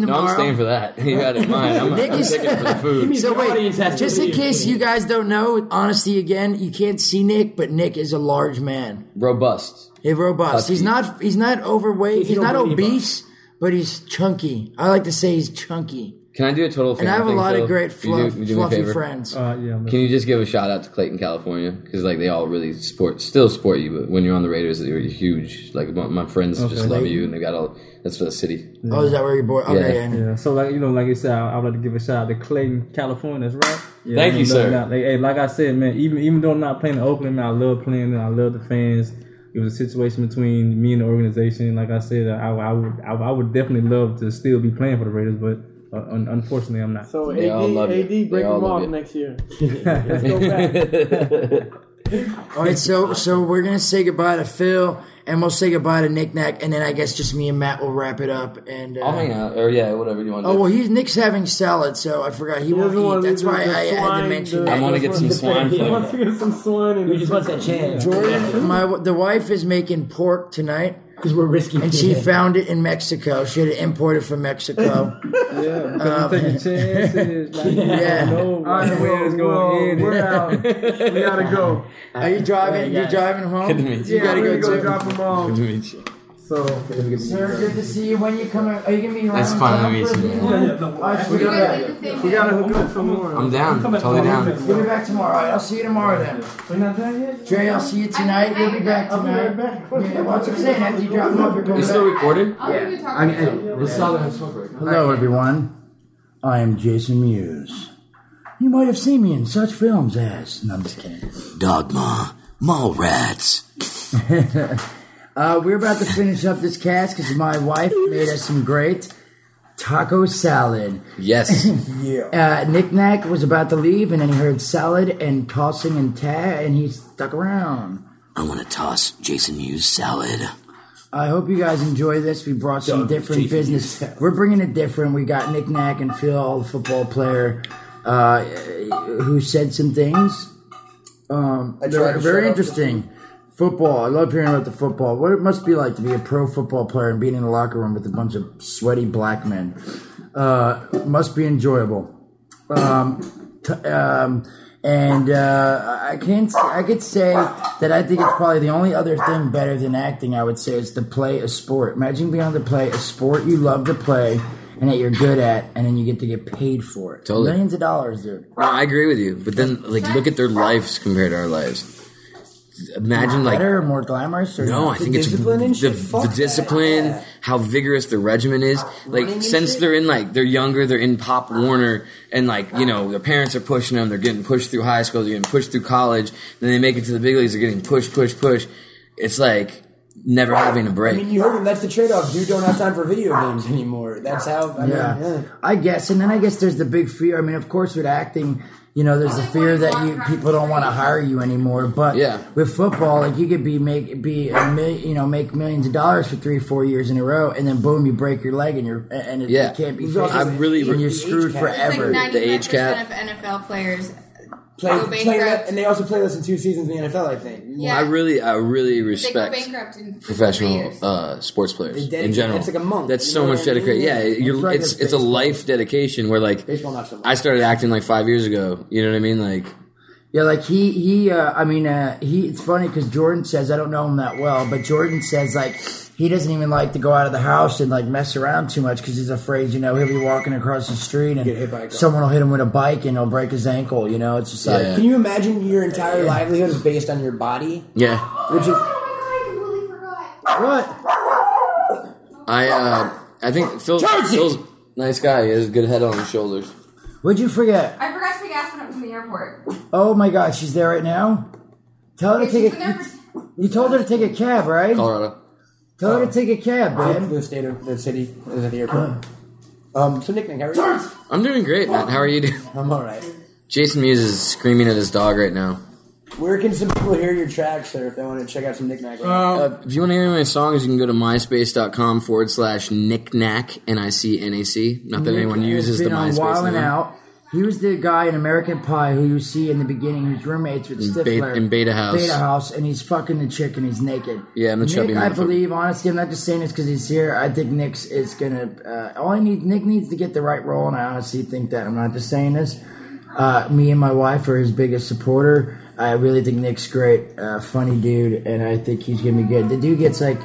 Speaker 5: tomorrow. No,
Speaker 3: tomorrow.
Speaker 5: I'm staying for that. <laughs> You got it in mind. I'm,
Speaker 3: Nick
Speaker 5: I'm
Speaker 3: is-
Speaker 5: sticking for the food.
Speaker 3: so
Speaker 9: the
Speaker 3: wait,
Speaker 9: audience has to
Speaker 3: just in
Speaker 9: leave.
Speaker 3: case you guys don't know, honesty again, you can't see Nick, but Nick is a large man.
Speaker 5: Robust.
Speaker 3: He's robust. He's not. He's not overweight. He's, not
Speaker 9: overly
Speaker 3: obese, but he's chunky. I like to say he's chunky.
Speaker 5: Can I do a total?
Speaker 3: And I have a lot of great fluff, fluffy
Speaker 5: friends.
Speaker 3: friends.
Speaker 7: Oh,
Speaker 6: uh, yeah. I'm-
Speaker 5: Can you just give a shout out to Clayton, California? Because like they all really support, still support you. But when you're on the Raiders, you're huge. Like my, my friends just love you, and they got all. That's for the city.
Speaker 3: Oh, is that where you're born? Okay,
Speaker 5: Yeah.
Speaker 3: yeah.
Speaker 6: Yeah, so like you know, like you said, I, I would like to give a shout out to Clayton, California. That's right. Yeah,
Speaker 5: Thank
Speaker 6: I
Speaker 5: you,
Speaker 6: love
Speaker 5: sir.
Speaker 6: that. Like, hey, like I said, man, even even though I'm not playing in Oakland, man, I love playing and I love the fans. It was a situation between me and the organization. Like I said, I, I would I, would- I would definitely love to still be playing for the Raiders, but uh, un- unfortunately, I'm not.
Speaker 7: So
Speaker 5: They all love
Speaker 7: AD,
Speaker 5: you. They
Speaker 7: AD, break
Speaker 5: all
Speaker 7: him
Speaker 5: love
Speaker 7: off
Speaker 5: you.
Speaker 7: next
Speaker 3: <laughs>
Speaker 7: year. Let's go back.
Speaker 3: All right, <laughs> so so we're gonna say goodbye to Phil, and we'll say goodbye to Nick Nack, and then I guess just me and Matt will wrap it up. And uh,
Speaker 5: I'll hang out, or yeah, whatever you want. to
Speaker 3: oh
Speaker 5: do.
Speaker 3: well, he's Nick's having salad, so I forgot he
Speaker 7: doesn't
Speaker 3: won't
Speaker 7: want to
Speaker 3: eat. That's
Speaker 7: do
Speaker 3: why
Speaker 7: the
Speaker 3: I, I had to
Speaker 7: swine,
Speaker 3: mention
Speaker 7: dude.
Speaker 5: I
Speaker 3: that.
Speaker 5: want to get some swine
Speaker 7: He wants
Speaker 5: flavor.
Speaker 7: to get some swine in
Speaker 9: Who
Speaker 7: his-
Speaker 9: just wants that chance?
Speaker 3: Jordan, my the wife is making pork tonight.
Speaker 7: <laughs>
Speaker 9: Because we're risking
Speaker 3: And she found it in Mexico. She had it imported
Speaker 7: <laughs>
Speaker 3: from Mexico.
Speaker 6: Yeah,
Speaker 7: um,
Speaker 6: because I'm taking chances. Like,
Speaker 3: Yeah.
Speaker 6: yeah, no,
Speaker 7: All right,
Speaker 6: where it's
Speaker 7: well, well,
Speaker 6: going.
Speaker 7: we're
Speaker 6: in. <laughs>
Speaker 7: out. We gotta go.
Speaker 3: <laughs> Are you driving?
Speaker 9: Yeah,
Speaker 3: you
Speaker 9: guys.
Speaker 3: driving home?
Speaker 5: Good to meet you.
Speaker 3: gotta
Speaker 7: Yeah, we gotta go
Speaker 3: go too. <laughs>
Speaker 7: drop them off.
Speaker 5: Good to meet you.
Speaker 7: So
Speaker 3: Sir, good to see you. When you come, out- are you gonna be around?
Speaker 5: It's fun to meet you, man.
Speaker 7: yeah, yeah, no,
Speaker 3: Actually,
Speaker 7: actually,
Speaker 8: You guys leave the same
Speaker 3: we gotta,
Speaker 7: we
Speaker 8: day.
Speaker 7: gotta hook up for more.
Speaker 5: I'm down. Totally down.
Speaker 3: we'll be back tomorrow. All right, I'll see you tomorrow then.
Speaker 7: We're not done yet.
Speaker 3: Dre, I'll see you tonight. You'll be back
Speaker 7: I'll be
Speaker 3: tonight.
Speaker 7: right back.
Speaker 3: Yeah, what's I'm saying? After you drop them off, you're coming
Speaker 5: It's still
Speaker 3: back.
Speaker 5: recorded?
Speaker 8: I'll give you a talk.
Speaker 4: I, I,
Speaker 3: Hello, everyone. I am Jason Mewes. You might have seen me in such films as. No, I'm just kidding.
Speaker 10: Dogma, mall rats.
Speaker 3: <laughs> Uh, we're about to finish up this cast because my wife made us some great taco salad.
Speaker 5: Yes.
Speaker 3: Uh, Nick Nack was about to leave, and then he heard salad and tossing and ta, and he stuck around.
Speaker 10: I want to toss Jason Mewes salad.
Speaker 3: I hope you guys enjoy this. We brought some different business. We're bringing it different. We got Nick Nack and Phil, all the football player, uh, who said some things. Um,
Speaker 4: tried
Speaker 3: they're
Speaker 4: to
Speaker 3: very
Speaker 4: shut up.
Speaker 3: interesting. Football. I love hearing about the football. What it must be like to be a pro football player and being in the locker room with a bunch of sweaty black men. Uh, must be enjoyable. Um, t- um, and uh, I can't. I could say that I think it's probably the only other thing better than acting. I would say is to play a sport. Imagine being able to play a sport you love to play and that you're good at, and then you get to get paid for it.
Speaker 5: Totally.
Speaker 3: Millions of dollars, dude.
Speaker 5: No, I agree with you. But then, like, look at their lives compared to our lives. Imagine, like,
Speaker 3: Better, more glamorous, or
Speaker 5: no, I think it's
Speaker 9: discipline and
Speaker 5: the,
Speaker 9: shit? Fuck
Speaker 5: the
Speaker 9: that.
Speaker 5: discipline, how vigorous the regimen is. Like, since they're in, like, they're younger, they're in Pop Warner, and, like, you know, their parents are pushing them, they're getting pushed through high school, they're getting pushed through college, then they make it to the big leagues, they're getting pushed, push, push. It's like never having a
Speaker 9: I
Speaker 5: break.
Speaker 9: mean, you heard him. That's the trade-off. You don't have time for video games anymore. That's how. I mean,
Speaker 3: Yeah.
Speaker 9: yeah.
Speaker 3: I guess, and then I guess there's the big fear. I mean, of course, with acting, you know, there's the fear that you people don't want to hire you anymore. But
Speaker 5: Yeah.
Speaker 3: with football, like you could be make be a mil, you know make millions of dollars for three four years in a row, and then boom, you break your leg and you're and it,
Speaker 5: Yeah.
Speaker 3: it can't be fixed.
Speaker 5: I really,
Speaker 3: and you're screwed
Speaker 8: It's
Speaker 3: forever.
Speaker 8: like 95%
Speaker 5: The age cap.
Speaker 8: of NFL players
Speaker 9: Play,
Speaker 8: go
Speaker 9: play
Speaker 8: bankrupt.
Speaker 9: le- and they also play less than two seasons in the NFL. I think.
Speaker 8: yeah,
Speaker 5: I really, I really
Speaker 8: they go
Speaker 5: respect.
Speaker 8: bankrupt in three
Speaker 5: professional
Speaker 8: years.
Speaker 5: uh, sports players
Speaker 9: They dedicate-
Speaker 5: in general.
Speaker 9: that's like a month,
Speaker 5: That's
Speaker 9: you
Speaker 5: so
Speaker 9: know
Speaker 5: much
Speaker 9: what I mean?
Speaker 5: dedication. Yeah,
Speaker 9: Yeah.
Speaker 5: you're,
Speaker 3: It's like
Speaker 5: it's
Speaker 3: it's
Speaker 5: it's a
Speaker 3: baseball.
Speaker 5: life dedication. Where like
Speaker 9: Baseball, not so much.
Speaker 5: I started acting like five years ago. You know what I mean? Like
Speaker 3: Yeah, like he he. Uh, I mean, uh, he. It's funny because Jordan says I don't know him that well, but Jordan says like he doesn't even like to go out of the house and like mess around too much because he's afraid you know he'll be walking across the street and
Speaker 9: Get hit by a car.
Speaker 3: someone will hit him with a bike and he'll break his ankle. You know, it's just like
Speaker 5: Yeah.
Speaker 9: Can you imagine your entire livelihood is based on your body?
Speaker 5: yeah,
Speaker 9: Which is
Speaker 8: Oh my God, I completely forgot.
Speaker 3: what?
Speaker 5: I uh, I think Phil Phil's a nice guy. He has a good head on his shoulders.
Speaker 3: Would you forget?
Speaker 8: I forgot to take Aspen up from the airport.
Speaker 3: Oh my God, she's there right now. Tell her to
Speaker 8: She's
Speaker 3: take
Speaker 8: been there
Speaker 3: a.
Speaker 8: for-
Speaker 3: You told her to take a cab, right?
Speaker 5: Colorado.
Speaker 3: Tell her to take a cab, man.
Speaker 9: the state of the city is at the airport.
Speaker 4: Uh-huh.
Speaker 9: Um, so Nick, Nick, how are you?
Speaker 5: I'm doing great, man. How are you doing? <laughs>
Speaker 9: I'm all right.
Speaker 5: Jason Mewes is screaming at his dog right now.
Speaker 9: Where can some people hear your tracks, sir, if they want to check out some Nick Nack?
Speaker 3: Oh.
Speaker 5: Uh, if you want to hear my songs, you can go to myspace.com forward slash knickknack, N-I-C-N-A-C. Not that anyone uses the
Speaker 3: been on
Speaker 5: MySpace
Speaker 3: Wild and
Speaker 5: name.
Speaker 3: Out. He was the guy in American Pie who you see in the beginning, who's roommates with
Speaker 5: In
Speaker 3: Stifler
Speaker 5: Beta- in Beta House.
Speaker 3: Beta House, and he's fucking the chick and he's naked.
Speaker 5: Yeah, I'm a
Speaker 3: Nick,
Speaker 5: chubby
Speaker 3: I
Speaker 5: motherfucker.
Speaker 3: believe, honestly, I'm not just saying this because he's here. I think Nick's is gonna. Uh, all I need, Nick needs to get the right role, and I honestly think that I'm not just saying this. Uh, me and my wife are his biggest supporter. I really think Nick's great, uh, funny dude, and I think he's gonna be good. The dude gets like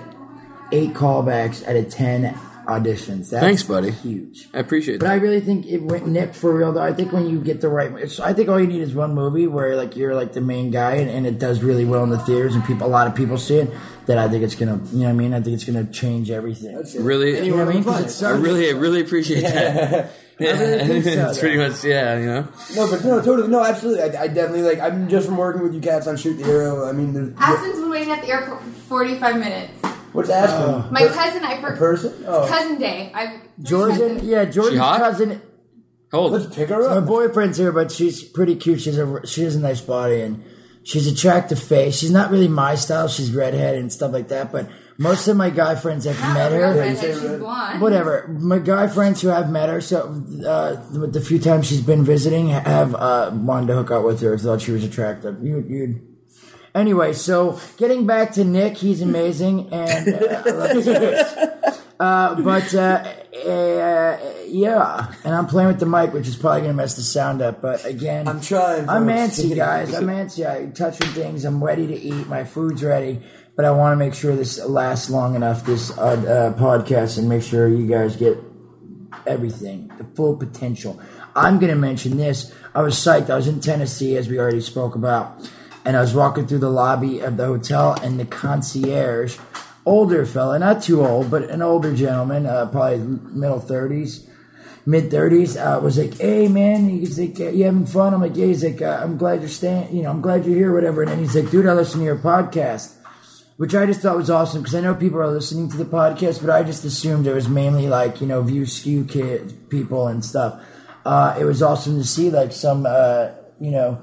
Speaker 3: eight callbacks out of ten auditions. That's
Speaker 5: Thanks, buddy.
Speaker 3: Huge.
Speaker 5: I appreciate
Speaker 3: But I
Speaker 5: that.
Speaker 3: really think it went Nick for real though. I think when you get the right, it's, I think all you need is one movie where like you're like the main guy and, and it does really well in the theaters and people a lot of people see it. That I think it's gonna, you know, what I mean, I think it's gonna change everything.
Speaker 5: Really,
Speaker 3: You know what I mean? 'Cause it's
Speaker 5: I
Speaker 3: so-
Speaker 5: really, I really appreciate that. <laughs> Yeah,
Speaker 3: think
Speaker 5: <laughs>
Speaker 3: so,
Speaker 5: it's pretty much yeah, you know.
Speaker 9: No, but no, totally, no, absolutely. I, I definitely like. I'm just from working with you cats on Shoot the Arrow. I mean, there's,
Speaker 8: Aspen's been waiting at the airport for 45 minutes.
Speaker 9: what's Aspen?
Speaker 3: Uh,
Speaker 8: My cousin, I
Speaker 9: A
Speaker 8: forgot.
Speaker 9: person? Oh,
Speaker 8: Cousin day. I
Speaker 3: Jordan, yeah, Jordan's
Speaker 5: hot?
Speaker 3: cousin.
Speaker 5: Hold.
Speaker 9: let's pick her
Speaker 3: Her
Speaker 9: up.
Speaker 3: boyfriend's here, but she's pretty cute. She's a she has a nice body and she's attractive face. She's not really my style. She's redhead and stuff like that. But most of my guy friends have met her.
Speaker 8: Girlfriend, and she's blonde.
Speaker 3: whatever. My guy friends who I've met her, so uh, the, the few times she's been visiting, have uh, wanted to hook up with her. Thought she was attractive. You, you. Anyway, so getting back to Nick, he's amazing, and uh, I love his voice. Uh, but uh, uh, yeah, and I'm playing with the mic, which is probably gonna mess the sound up. But again,
Speaker 9: I'm trying.
Speaker 3: I'm
Speaker 9: folks.
Speaker 3: antsy, guys. I'm antsy. I'm touching things. I'm ready to eat. My food's ready. but I want to make sure this lasts long enough, this uh, uh, podcast, and make sure you guys get everything, the full potential. I'm going to mention this. I was psyched. I was in Tennessee, as we already spoke about, and I was walking through the lobby of the hotel, and the concierge, older fella, not too old, but an older gentleman, uh, probably middle 30s, mid 30s, uh, was like, "Hey, man," he's like, "You having fun?" I'm like, "Yeah." He's like, uh, "I'm glad you're staying. You know, I'm glad you're here, whatever." And then he's like, "Dude, I listen to your podcast." which I just thought was awesome because I know people are listening to the podcast, but I just assumed it was mainly like you know view skew kid people and stuff. Uh, it was awesome to see like some uh, you know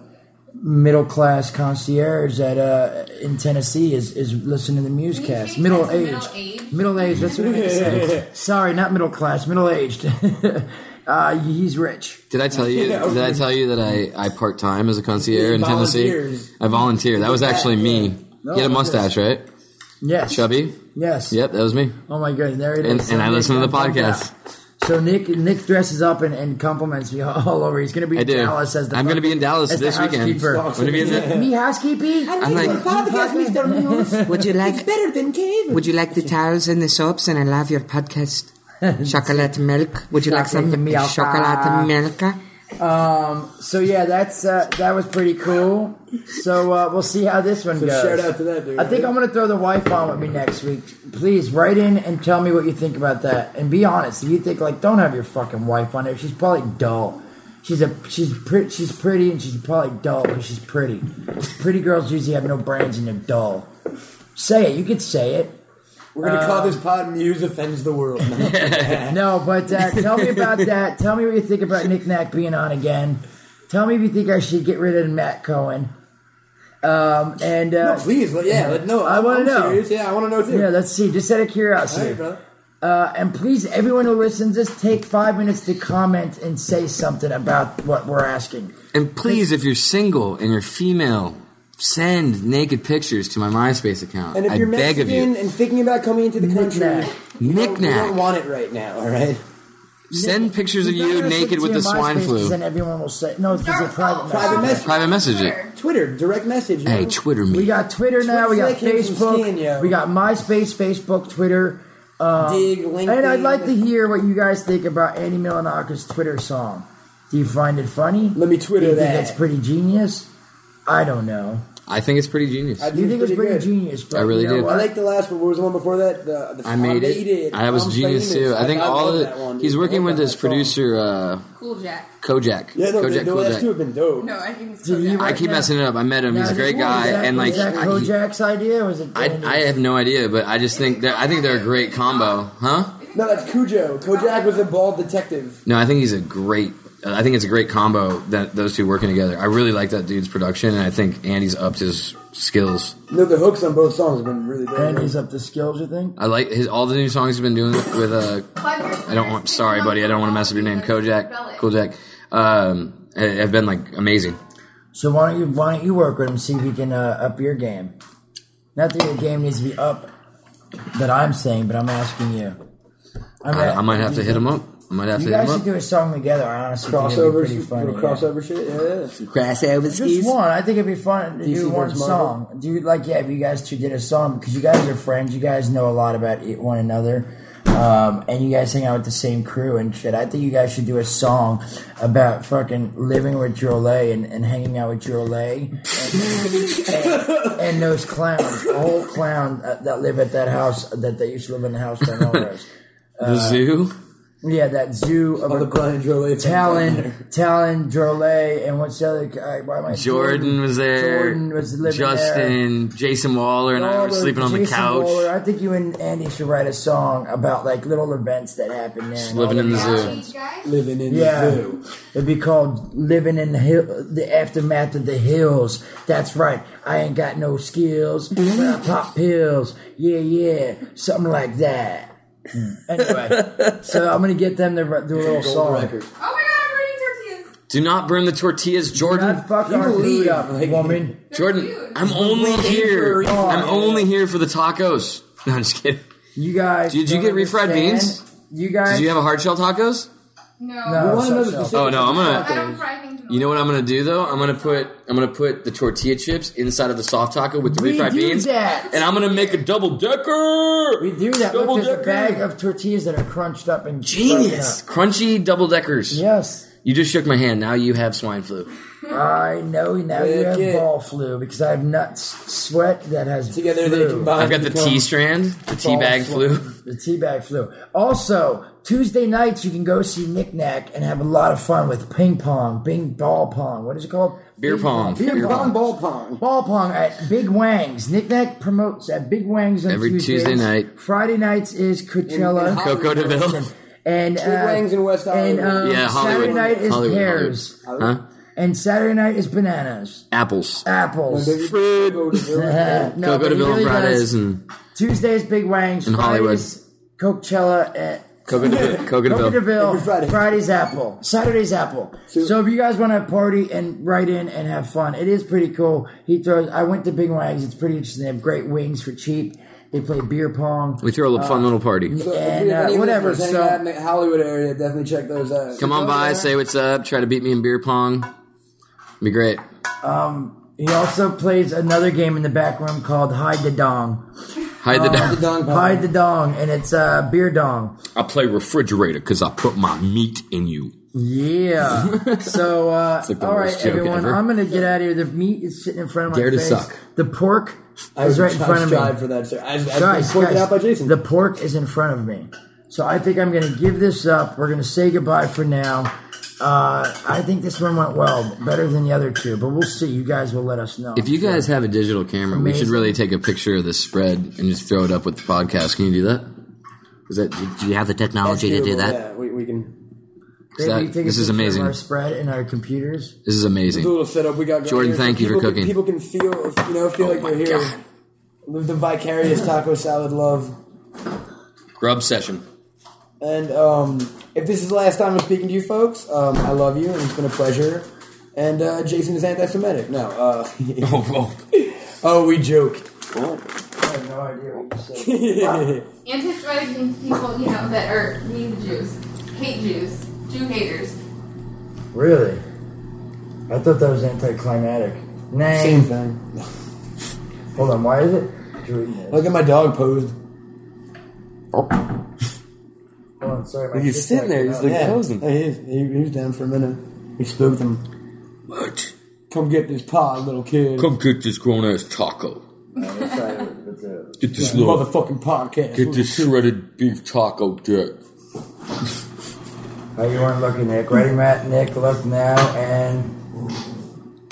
Speaker 3: middle class concierge that uh, in Tennessee is is listening to the Musecast. Middle aged, middle aged. That's what
Speaker 5: <laughs>
Speaker 3: I said. Sorry, not middle class. Middle aged. <laughs> uh, he's rich.
Speaker 5: Did I tell
Speaker 3: <laughs>
Speaker 5: you? Did I tell you that I I part time as a concierge in Tennessee?
Speaker 4: Volunteers.
Speaker 5: I volunteer. That was actually me.
Speaker 3: No,
Speaker 5: you had a
Speaker 3: I'm
Speaker 5: mustache, right?
Speaker 3: Yes.
Speaker 5: Chubby.
Speaker 3: Yes.
Speaker 5: Yep, that was me.
Speaker 3: Oh my god, there it is.
Speaker 5: And,
Speaker 3: So
Speaker 5: and I
Speaker 3: Nick-
Speaker 5: listen to the
Speaker 3: I'm- yeah.
Speaker 5: podcast.
Speaker 3: So Nick Nick dresses up and, and compliments me <laughs> all over. He's gonna be
Speaker 5: I
Speaker 3: in
Speaker 5: do.
Speaker 3: Dallas as the
Speaker 5: I'm gonna be in Dallas
Speaker 3: as the
Speaker 5: this weekend.
Speaker 3: housekeeper.
Speaker 5: I'm gonna be in the-
Speaker 3: me housekeeping.
Speaker 5: I'm like,
Speaker 11: Would you like better than cable? Would you like the towels and the soaps? And I love your podcast. Chocolate milk. Would you like some
Speaker 3: Chocolate milk.
Speaker 11: chocolate milk?
Speaker 3: Um. So yeah, that's uh, that was pretty cool. So uh, we'll see how this one goes.
Speaker 4: Shout out to that dude.
Speaker 3: I think I'm gonna throw the wife on with me next week. Please write in and tell me what you think about that, and be honest. If you think like, don't have your fucking wife on it. She's probably dull. She's a she's pretty she's pretty and she's probably dull because she's pretty. Pretty girls usually have no brains and they're dull. Say it. You could say it.
Speaker 9: We're gonna call
Speaker 3: Um,
Speaker 9: this pod "Muse Offends the World."
Speaker 3: <laughs> No, but uh, tell
Speaker 9: <laughs>
Speaker 3: me about that. Tell me what you think about Nick Nack being on again. Tell me if you think I should get rid of Matt Cohen. Um, and uh,
Speaker 9: Please, well, yeah, but no,
Speaker 3: I
Speaker 9: I'm-
Speaker 3: wanna
Speaker 9: I'm
Speaker 3: know.
Speaker 9: serious. Yeah, I want to know too.
Speaker 3: yeah, let's see. Just out of
Speaker 9: All right,
Speaker 3: curiosity,
Speaker 9: brother.
Speaker 3: uh, and please, everyone who listens, just take five minutes to comment and say something about what we're asking.
Speaker 5: and please, if you're single and you're female, send naked pictures to my MySpace account.
Speaker 9: And if
Speaker 5: I
Speaker 9: you're
Speaker 5: beg of
Speaker 9: Mexican
Speaker 5: you.
Speaker 9: and thinking about coming into the country,
Speaker 3: Knick-knack.
Speaker 9: you don't
Speaker 5: Knickknack.
Speaker 9: want it right now. All right,
Speaker 5: Send pictures of
Speaker 3: Not
Speaker 5: you
Speaker 3: gonna
Speaker 5: naked
Speaker 3: send
Speaker 5: with
Speaker 3: to
Speaker 5: the
Speaker 3: your
Speaker 5: swine
Speaker 3: MySpace, 'cause
Speaker 5: flu.
Speaker 3: Then everyone will say no because they're private.
Speaker 9: Private
Speaker 3: messages.
Speaker 9: message.
Speaker 5: Private message it.
Speaker 9: Twitter, direct message.
Speaker 5: Hey,
Speaker 9: yo.
Speaker 5: Twitter
Speaker 3: We
Speaker 5: me.
Speaker 3: got Twitter now. We got
Speaker 9: Twitch like him from Stan,
Speaker 3: Facebook.
Speaker 9: yo.
Speaker 3: We got MySpace, Facebook, Twitter.
Speaker 9: dig LinkedIn.
Speaker 3: Um, And I'd like to hear what you guys think about Andy Milanaka's Twitter song. Do you find it funny?
Speaker 9: Let me Twitter
Speaker 3: Do you
Speaker 9: that.
Speaker 3: think it's pretty genius? I don't know.
Speaker 5: I think it's pretty genius.
Speaker 9: I
Speaker 5: I,
Speaker 9: do
Speaker 3: You think it's pretty
Speaker 9: good.
Speaker 3: genius? But
Speaker 5: I really
Speaker 3: you know
Speaker 5: do.
Speaker 3: what?
Speaker 9: I like the last one. What was the one before that? The, the
Speaker 5: made it. I was
Speaker 9: I'm
Speaker 5: genius
Speaker 9: famous.
Speaker 5: too. I think all
Speaker 9: love
Speaker 5: the
Speaker 9: that one, dude.
Speaker 5: he's
Speaker 9: I
Speaker 5: working
Speaker 9: love
Speaker 5: with
Speaker 9: that
Speaker 5: his
Speaker 9: song.
Speaker 5: producer uh,
Speaker 8: Cool Jack.
Speaker 5: Kojak.
Speaker 9: Yeah, no,
Speaker 5: Kojak
Speaker 9: the, the last two have
Speaker 5: Kojak.
Speaker 9: been dope.
Speaker 8: No, I think it's
Speaker 3: Did
Speaker 8: Cool
Speaker 3: you-
Speaker 8: Jack.
Speaker 5: I keep
Speaker 3: Right
Speaker 5: messing it up. I met him.
Speaker 3: Now,
Speaker 5: He's a
Speaker 3: this
Speaker 5: great
Speaker 3: one,
Speaker 5: guy,
Speaker 3: was that-
Speaker 5: and like
Speaker 3: was that
Speaker 5: I- he-
Speaker 3: Kojak's idea or was it?
Speaker 5: I,
Speaker 3: Andy's?
Speaker 5: I have no idea, but I just think they're I think they're a great combo, huh?
Speaker 9: No, that's Cujo. Kojak was a bald detective.
Speaker 5: No, I think he's a great. uh, I think it's a great combo that those two working together. I really like that dude's production, and I think Andy's upped his skills.
Speaker 9: No, the hooks on both songs have been really dope.
Speaker 3: Andy's up to skills, you think?
Speaker 5: I like his all the new songs he's been doing with uh I don't want. Sorry, buddy. I don't want to mess up your name, Kojak. Kojak. Um, ha- have been like amazing.
Speaker 3: So why don't you why don't you work with him see if you can uh, up your game? Not that your game needs to be up that I'm saying, but I'm asking you. I'm
Speaker 5: I, I
Speaker 3: a-
Speaker 5: might have to hit him up. I might have to
Speaker 3: You
Speaker 5: hit him
Speaker 3: guys should
Speaker 5: up.
Speaker 3: do a song together. I honestly think it'd be
Speaker 9: Crossovers,
Speaker 3: pretty funny.
Speaker 9: little
Speaker 3: yeah.
Speaker 9: crossover shit. Yeah,
Speaker 11: Crossover
Speaker 3: Just
Speaker 11: skis.
Speaker 3: one. I think it'd be fun to do
Speaker 9: DC
Speaker 3: one
Speaker 9: versus Marvel.
Speaker 3: song. Do you like yeah? If you guys two did a song because you guys are friends, you guys know a lot about it- one another, um, and you guys hang out with the same crew and shit. I think you guys should do a song about fucking living with Jolet and, and hanging out with Jolet and, and, and those clowns, the whole clown uh, that live at that house that they used to live in the house by Melrose.
Speaker 5: The
Speaker 3: uh,
Speaker 5: zoo.
Speaker 3: Yeah, that zoo of
Speaker 9: all the
Speaker 3: a
Speaker 9: Brian Jolet fans out there.
Speaker 3: Talon, Talon, Drolet, and what's the other guy? Why am I
Speaker 5: Jordan was there.
Speaker 3: Jordan was living there.
Speaker 5: Justin, Jason Waller, and I
Speaker 3: All
Speaker 5: were
Speaker 3: those-
Speaker 5: sleeping on the
Speaker 3: Jason
Speaker 5: couch.
Speaker 3: Waller. I think you and Andy should write a song about like little events that happen there. and all
Speaker 5: living in
Speaker 3: that
Speaker 5: the
Speaker 3: nonsense.
Speaker 5: zoo.
Speaker 9: living in
Speaker 3: Yeah,
Speaker 9: the zoo.
Speaker 3: it'd be called "Living in the Hill," the aftermath of the hills. That's right. I ain't got no skills, but I pop pills. Yeah, yeah, something like that. Hmm.
Speaker 9: <laughs>
Speaker 3: Anyway, so I'm gonna get them to r- do a little song.
Speaker 9: record.
Speaker 8: Oh my god, I'm burning tortillas.
Speaker 5: Do not burn the tortillas, Jordan.
Speaker 3: God, fuck our food up, woman.
Speaker 8: They're
Speaker 5: Jordan,
Speaker 8: huge.
Speaker 5: I'm only here.
Speaker 3: reason.
Speaker 5: I'm only here for the tacos. <laughs> No, I'm just kidding.
Speaker 3: You guys,
Speaker 5: Did you
Speaker 3: don't
Speaker 5: get refried
Speaker 3: understand.
Speaker 5: beans?
Speaker 3: You guys,
Speaker 5: Did you have a hard shell tacos?
Speaker 8: No.
Speaker 3: No,
Speaker 9: want another
Speaker 3: so- so-
Speaker 9: specific-
Speaker 5: Oh no, I'm
Speaker 8: I don't
Speaker 5: gonna.
Speaker 8: fry things in the
Speaker 5: You know what I'm gonna do though? I'm gonna put I'm gonna put the tortilla chips inside of the soft taco with the
Speaker 3: We
Speaker 5: refried
Speaker 3: do
Speaker 5: beans,
Speaker 3: that.
Speaker 5: and I'm gonna make a double decker.
Speaker 3: We do that.
Speaker 5: Double
Speaker 3: Look, there's a
Speaker 5: decker.
Speaker 3: bag of tortillas that are crunched up and
Speaker 5: Genius,
Speaker 3: broken
Speaker 5: crunchy double deckers.
Speaker 3: up. Yes,
Speaker 5: You just shook my hand. Now you have swine flu.
Speaker 3: Uh, I know. Now you
Speaker 9: Look
Speaker 3: have
Speaker 9: it.
Speaker 3: ball flu because I have nuts sweat that has
Speaker 9: Together they
Speaker 3: flu.
Speaker 9: combine.
Speaker 5: I've got the
Speaker 9: become-
Speaker 5: tea strand, the tea bag
Speaker 3: Ball
Speaker 5: flu.
Speaker 3: The teabag flu. Also, Tuesday nights you can go see Knick Knack and have a lot of fun with ping pong, bing ball pong. What is it called?
Speaker 5: Beer
Speaker 3: Bing
Speaker 5: pong.
Speaker 3: Beer,
Speaker 5: Beer
Speaker 3: pong.
Speaker 5: pong.
Speaker 3: Ball pong. Ball pong at Big Wang's. Knick Knack promotes at Big Wang's on
Speaker 5: Every
Speaker 3: Tuesdays.
Speaker 5: Tuesday night.
Speaker 3: Friday nights is Coachella.
Speaker 9: In- in
Speaker 5: Coco DeVille.
Speaker 3: and uh,
Speaker 9: Big Wang's in West
Speaker 3: and,
Speaker 9: Hollywood.
Speaker 3: um,
Speaker 5: Yeah, Hollywood.
Speaker 3: Saturday night is
Speaker 5: Hollywood,
Speaker 3: pears.
Speaker 5: Hollywood. Huh?
Speaker 3: And Saturday night is bananas,
Speaker 5: Apples.
Speaker 3: apples.
Speaker 5: Fruit.
Speaker 3: <laughs> Uh, no,
Speaker 5: Coco
Speaker 3: but he
Speaker 5: DeVille
Speaker 3: really
Speaker 5: and Fridays
Speaker 3: does.
Speaker 5: and
Speaker 3: Tuesdays Big Wang's.
Speaker 5: In Hollywood.
Speaker 3: Fridays, Coachella at
Speaker 5: Coco
Speaker 3: <laughs>
Speaker 5: DeVille. Coco DeVille.
Speaker 3: Coco DeVille,
Speaker 9: Every Friday.
Speaker 3: Friday's Apple, Saturday's Apple. So, if you guys want to party and write in and have fun, it is pretty cool. He throws. I went to Big Wags. It's pretty interesting. They have great wings for cheap. They play beer pong.
Speaker 5: We throw a little
Speaker 3: Uh,
Speaker 5: fun little party.
Speaker 9: So if
Speaker 3: And,
Speaker 9: you-
Speaker 3: uh,
Speaker 9: any
Speaker 3: whatever,
Speaker 9: listeners hanging
Speaker 3: so-
Speaker 9: out in the Hollywood area, definitely check those out.
Speaker 5: Come on by, say what's up, try to beat me in beer pong. Be great.
Speaker 3: He also plays another game in the back room called Hide the Dong.
Speaker 5: Hide the
Speaker 9: The dong pile.
Speaker 3: Hide Uh, the Dong, and it's uh, beer dong.
Speaker 5: I play refrigerator because I put my meat in you.
Speaker 9: <laughs>
Speaker 3: Yeah. So, uh,
Speaker 5: like the
Speaker 3: all right,
Speaker 5: worst joke
Speaker 3: everyone,
Speaker 5: ever.
Speaker 3: I'm going to get out of here. The meat is sitting in front of my
Speaker 5: Dare to
Speaker 3: face.
Speaker 5: suck.
Speaker 3: The pork
Speaker 9: I
Speaker 3: is right in
Speaker 9: I
Speaker 3: front of me.
Speaker 9: strive for that, sir. I, I
Speaker 3: guys,
Speaker 9: was pointed
Speaker 3: guys,
Speaker 9: out by Jason.
Speaker 3: the pork is in front of me. So I think I'm going to give this up. We're going to say goodbye for now. Uh, I think this one went well, better than the other two, but we'll see. You guys will let us know.
Speaker 5: If you guys have a digital camera, we should
Speaker 3: Amazing.
Speaker 5: really take a picture of this spread and just throw it up with the podcast. Can you do that? Is that do you have the technology
Speaker 9: Doable, Yeah, we, we can
Speaker 3: Maybe
Speaker 5: that-
Speaker 3: you take a
Speaker 5: this is
Speaker 3: picture of
Speaker 5: amazing.
Speaker 3: Our spread and our computers.
Speaker 5: This is
Speaker 9: do a
Speaker 5: amazing.
Speaker 9: little setup. We got going
Speaker 5: Jordan,
Speaker 9: here.
Speaker 5: thank you for
Speaker 9: People can-
Speaker 5: cooking.
Speaker 9: People can feel, you know, feel
Speaker 5: Oh
Speaker 9: like
Speaker 5: my
Speaker 9: they're here.
Speaker 5: God.
Speaker 9: Live the vicarious taco salad love.
Speaker 5: Grub <laughs> session.
Speaker 9: And um, if this is the last time I'm speaking to you folks, um, I love you, and it's been a pleasure. And uh, Jason is anti-Semitic. No. Uh, <laughs> oh, we joke. <laughs>
Speaker 3: I have no idea what you said. <laughs>
Speaker 8: Anti-Semitic means people, you know, that are mean to Jews, hate Jews, Jew haters.
Speaker 3: really? I thought that was anticlimactic. Nah.
Speaker 9: Same thing.
Speaker 3: Hold on, why is it? doing this?
Speaker 9: Look at my dog posed.
Speaker 3: Hold on, sorry. my
Speaker 5: He's
Speaker 3: kid's
Speaker 5: sitting there.
Speaker 3: acting
Speaker 5: He's
Speaker 3: up.
Speaker 5: like posing.
Speaker 9: There he is. He, he was down for a minute. We spooked him.
Speaker 5: What?
Speaker 9: Come get this pod, little kid.
Speaker 5: Come get this grown ass taco.
Speaker 3: That's right, uh, that's it.
Speaker 5: Get this little.
Speaker 9: Motherfucking podcast.
Speaker 5: Get this shredded beef taco dick.
Speaker 3: How you weren't looking, Nick? Ready, Matt? Nick, look now, and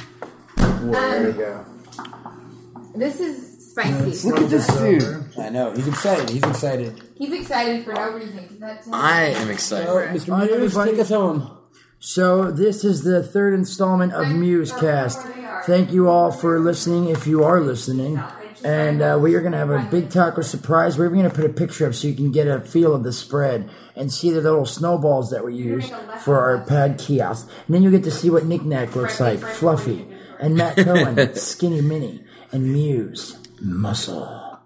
Speaker 3: there we go.
Speaker 8: Um, This is spicy.
Speaker 9: Look at this dude. I know. He's excited. He's excited.
Speaker 8: He's excited for no reason. He's not-
Speaker 5: I am excited.
Speaker 9: Mr.
Speaker 3: All right,
Speaker 9: Muse,
Speaker 3: everybody.
Speaker 9: take us home.
Speaker 3: So this is the third installment of Musecast. Thank you all for listening, if you are listening. And uh, we are going to have a big taco surprise. We're going to put a picture up so you can get a feel of the spread and see the little snowballs that we use for our pad kiosk. And then you get to see what Knick Knack looks like, fluffy, and
Speaker 9: <laughs>
Speaker 3: Matt Cohen, skinny mini, and Muse, muscle.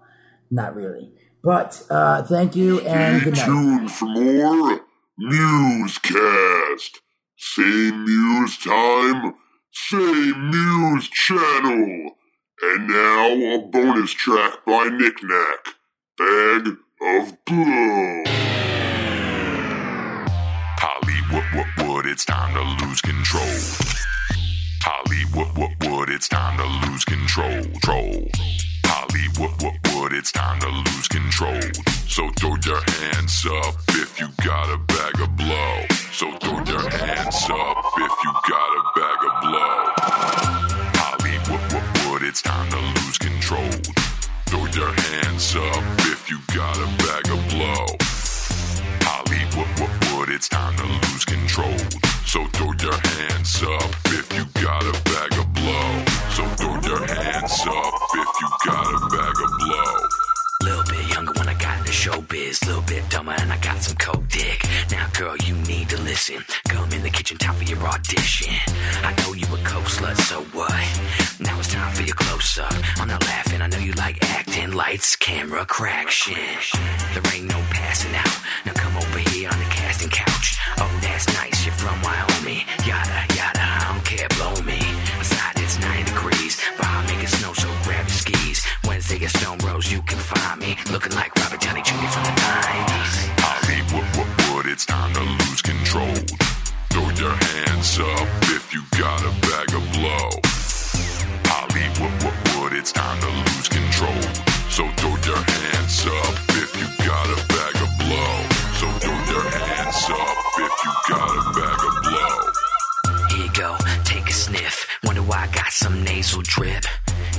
Speaker 3: Not really. But uh, thank you and good night.
Speaker 1: Tune for more Musecast. Same news time, same news channel. And now a bonus track by Nick Knack, Bag of Blow. Hollywood, what, what, it's time to lose control. Hollywood, what, what, it's time to lose control. Troll. Hollywood, what, what, it's time to lose control. So throw your hands up if you got a bag of blow. So throw your hands up if you got a bag of blow. Hollywood, what, what, it's time to lose control. Throw your hands up if you got a bag of blow. Hollywood, what, what, it's time to lose control. So throw your hands up if you got a bag of blow. So throw your hands up if you got a bag of blow.
Speaker 10: Little bit younger when I got into showbiz, little bit dumber and I got some coke dick. Now, girl, you need to listen. Come in the kitchen, time for your audition. I know you a coke slut, so what? Now it's time for your close up. I'm not laughing, I know you like acting. Lights, camera, crack shit. There ain't no passing out. Now come over here on the cast. blasting couch. Oh, that's nice, you're from Wyoming. Yada, yada, I don't care, blow me. Outside it's 9 degrees, but I'll make it snow, so grab your skis. Wednesday at Stone Rose, you can find me. Looking like Robert Downey Jr. from the 90s.
Speaker 1: Holly, what, what, what, it's time to lose control. Throw your hands up if you got a bag of blow. Holly, what, what, what, it's time to lose control. So throw your hands up if you got a bag of blow. So throw your hands up if you got a bag of blow.
Speaker 10: Here you go, take a sniff. Wonder why I got some nasal drip.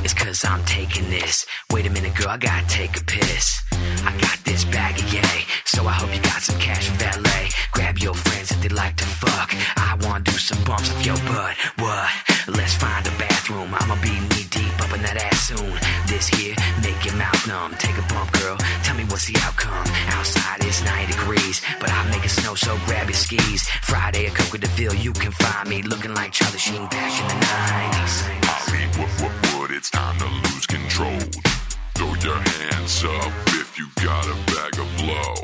Speaker 10: It's cause I'm taking this. Wait a minute, girl, I gotta take a piss. I got this bag of yay, so I hope you got some cash for valet. Grab your friends if they like to fuck. I wanna do some bumps with your butt. What? Let's find a bathroom. I'ma be knee deep up in that ass soon. This here, make your mouth numb. Take a bump, girl. Tell me what's the outcome. Outside it's 90 degrees, but I make it snow, so grab your skis. Friday at Coca DeVille, you can find me looking like Charlie Sheen back in the 90s.
Speaker 1: Holly, what, what, what, it's time to lose control. Throw your hands up if you got a bag of blow.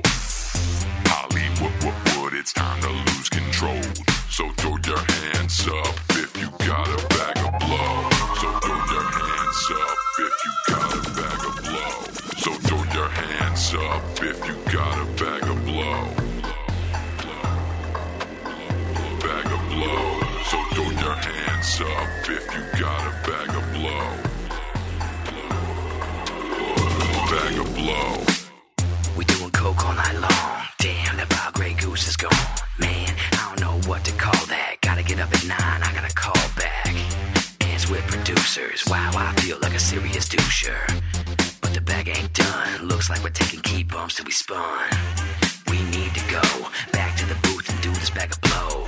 Speaker 1: Holly, what, what, what, it's time to lose control. So throw your hands up if you got a bag of blow. So throw your hands up if you got a bag of blow. So throw your hands up if you got a bag of blow. Bag of blow. So throw your hands up if you got a bag of blow. Bag of blow.
Speaker 10: We doing coke all night long. Damn, that wild gray goose is gone. Man, I don't know what to call that. Gotta get up at nine, I gotta call back. Dance with producers. Wow, I feel like a serious doucher. But the bag ain't done. Looks like we're taking key bumps till we spun. We need to go back to the booth and do this bag of blow.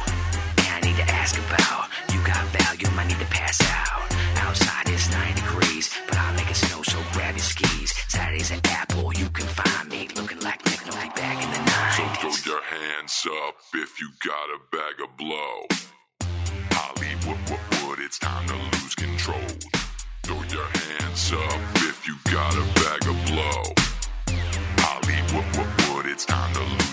Speaker 10: And I need to ask about you got value, might need to pass out. Outside it's 9 degrees, but I'll make it snow, so grab your skis. Saturday's at Apple, you can find me looking like Nick Nolte back in the 90s.
Speaker 1: So throw your hands up if you got a bag of blow. Holly, what, what, what, it's time to lose control. Throw your hands up if you got a bag of blow. Holly, what, what, what, it's time to lose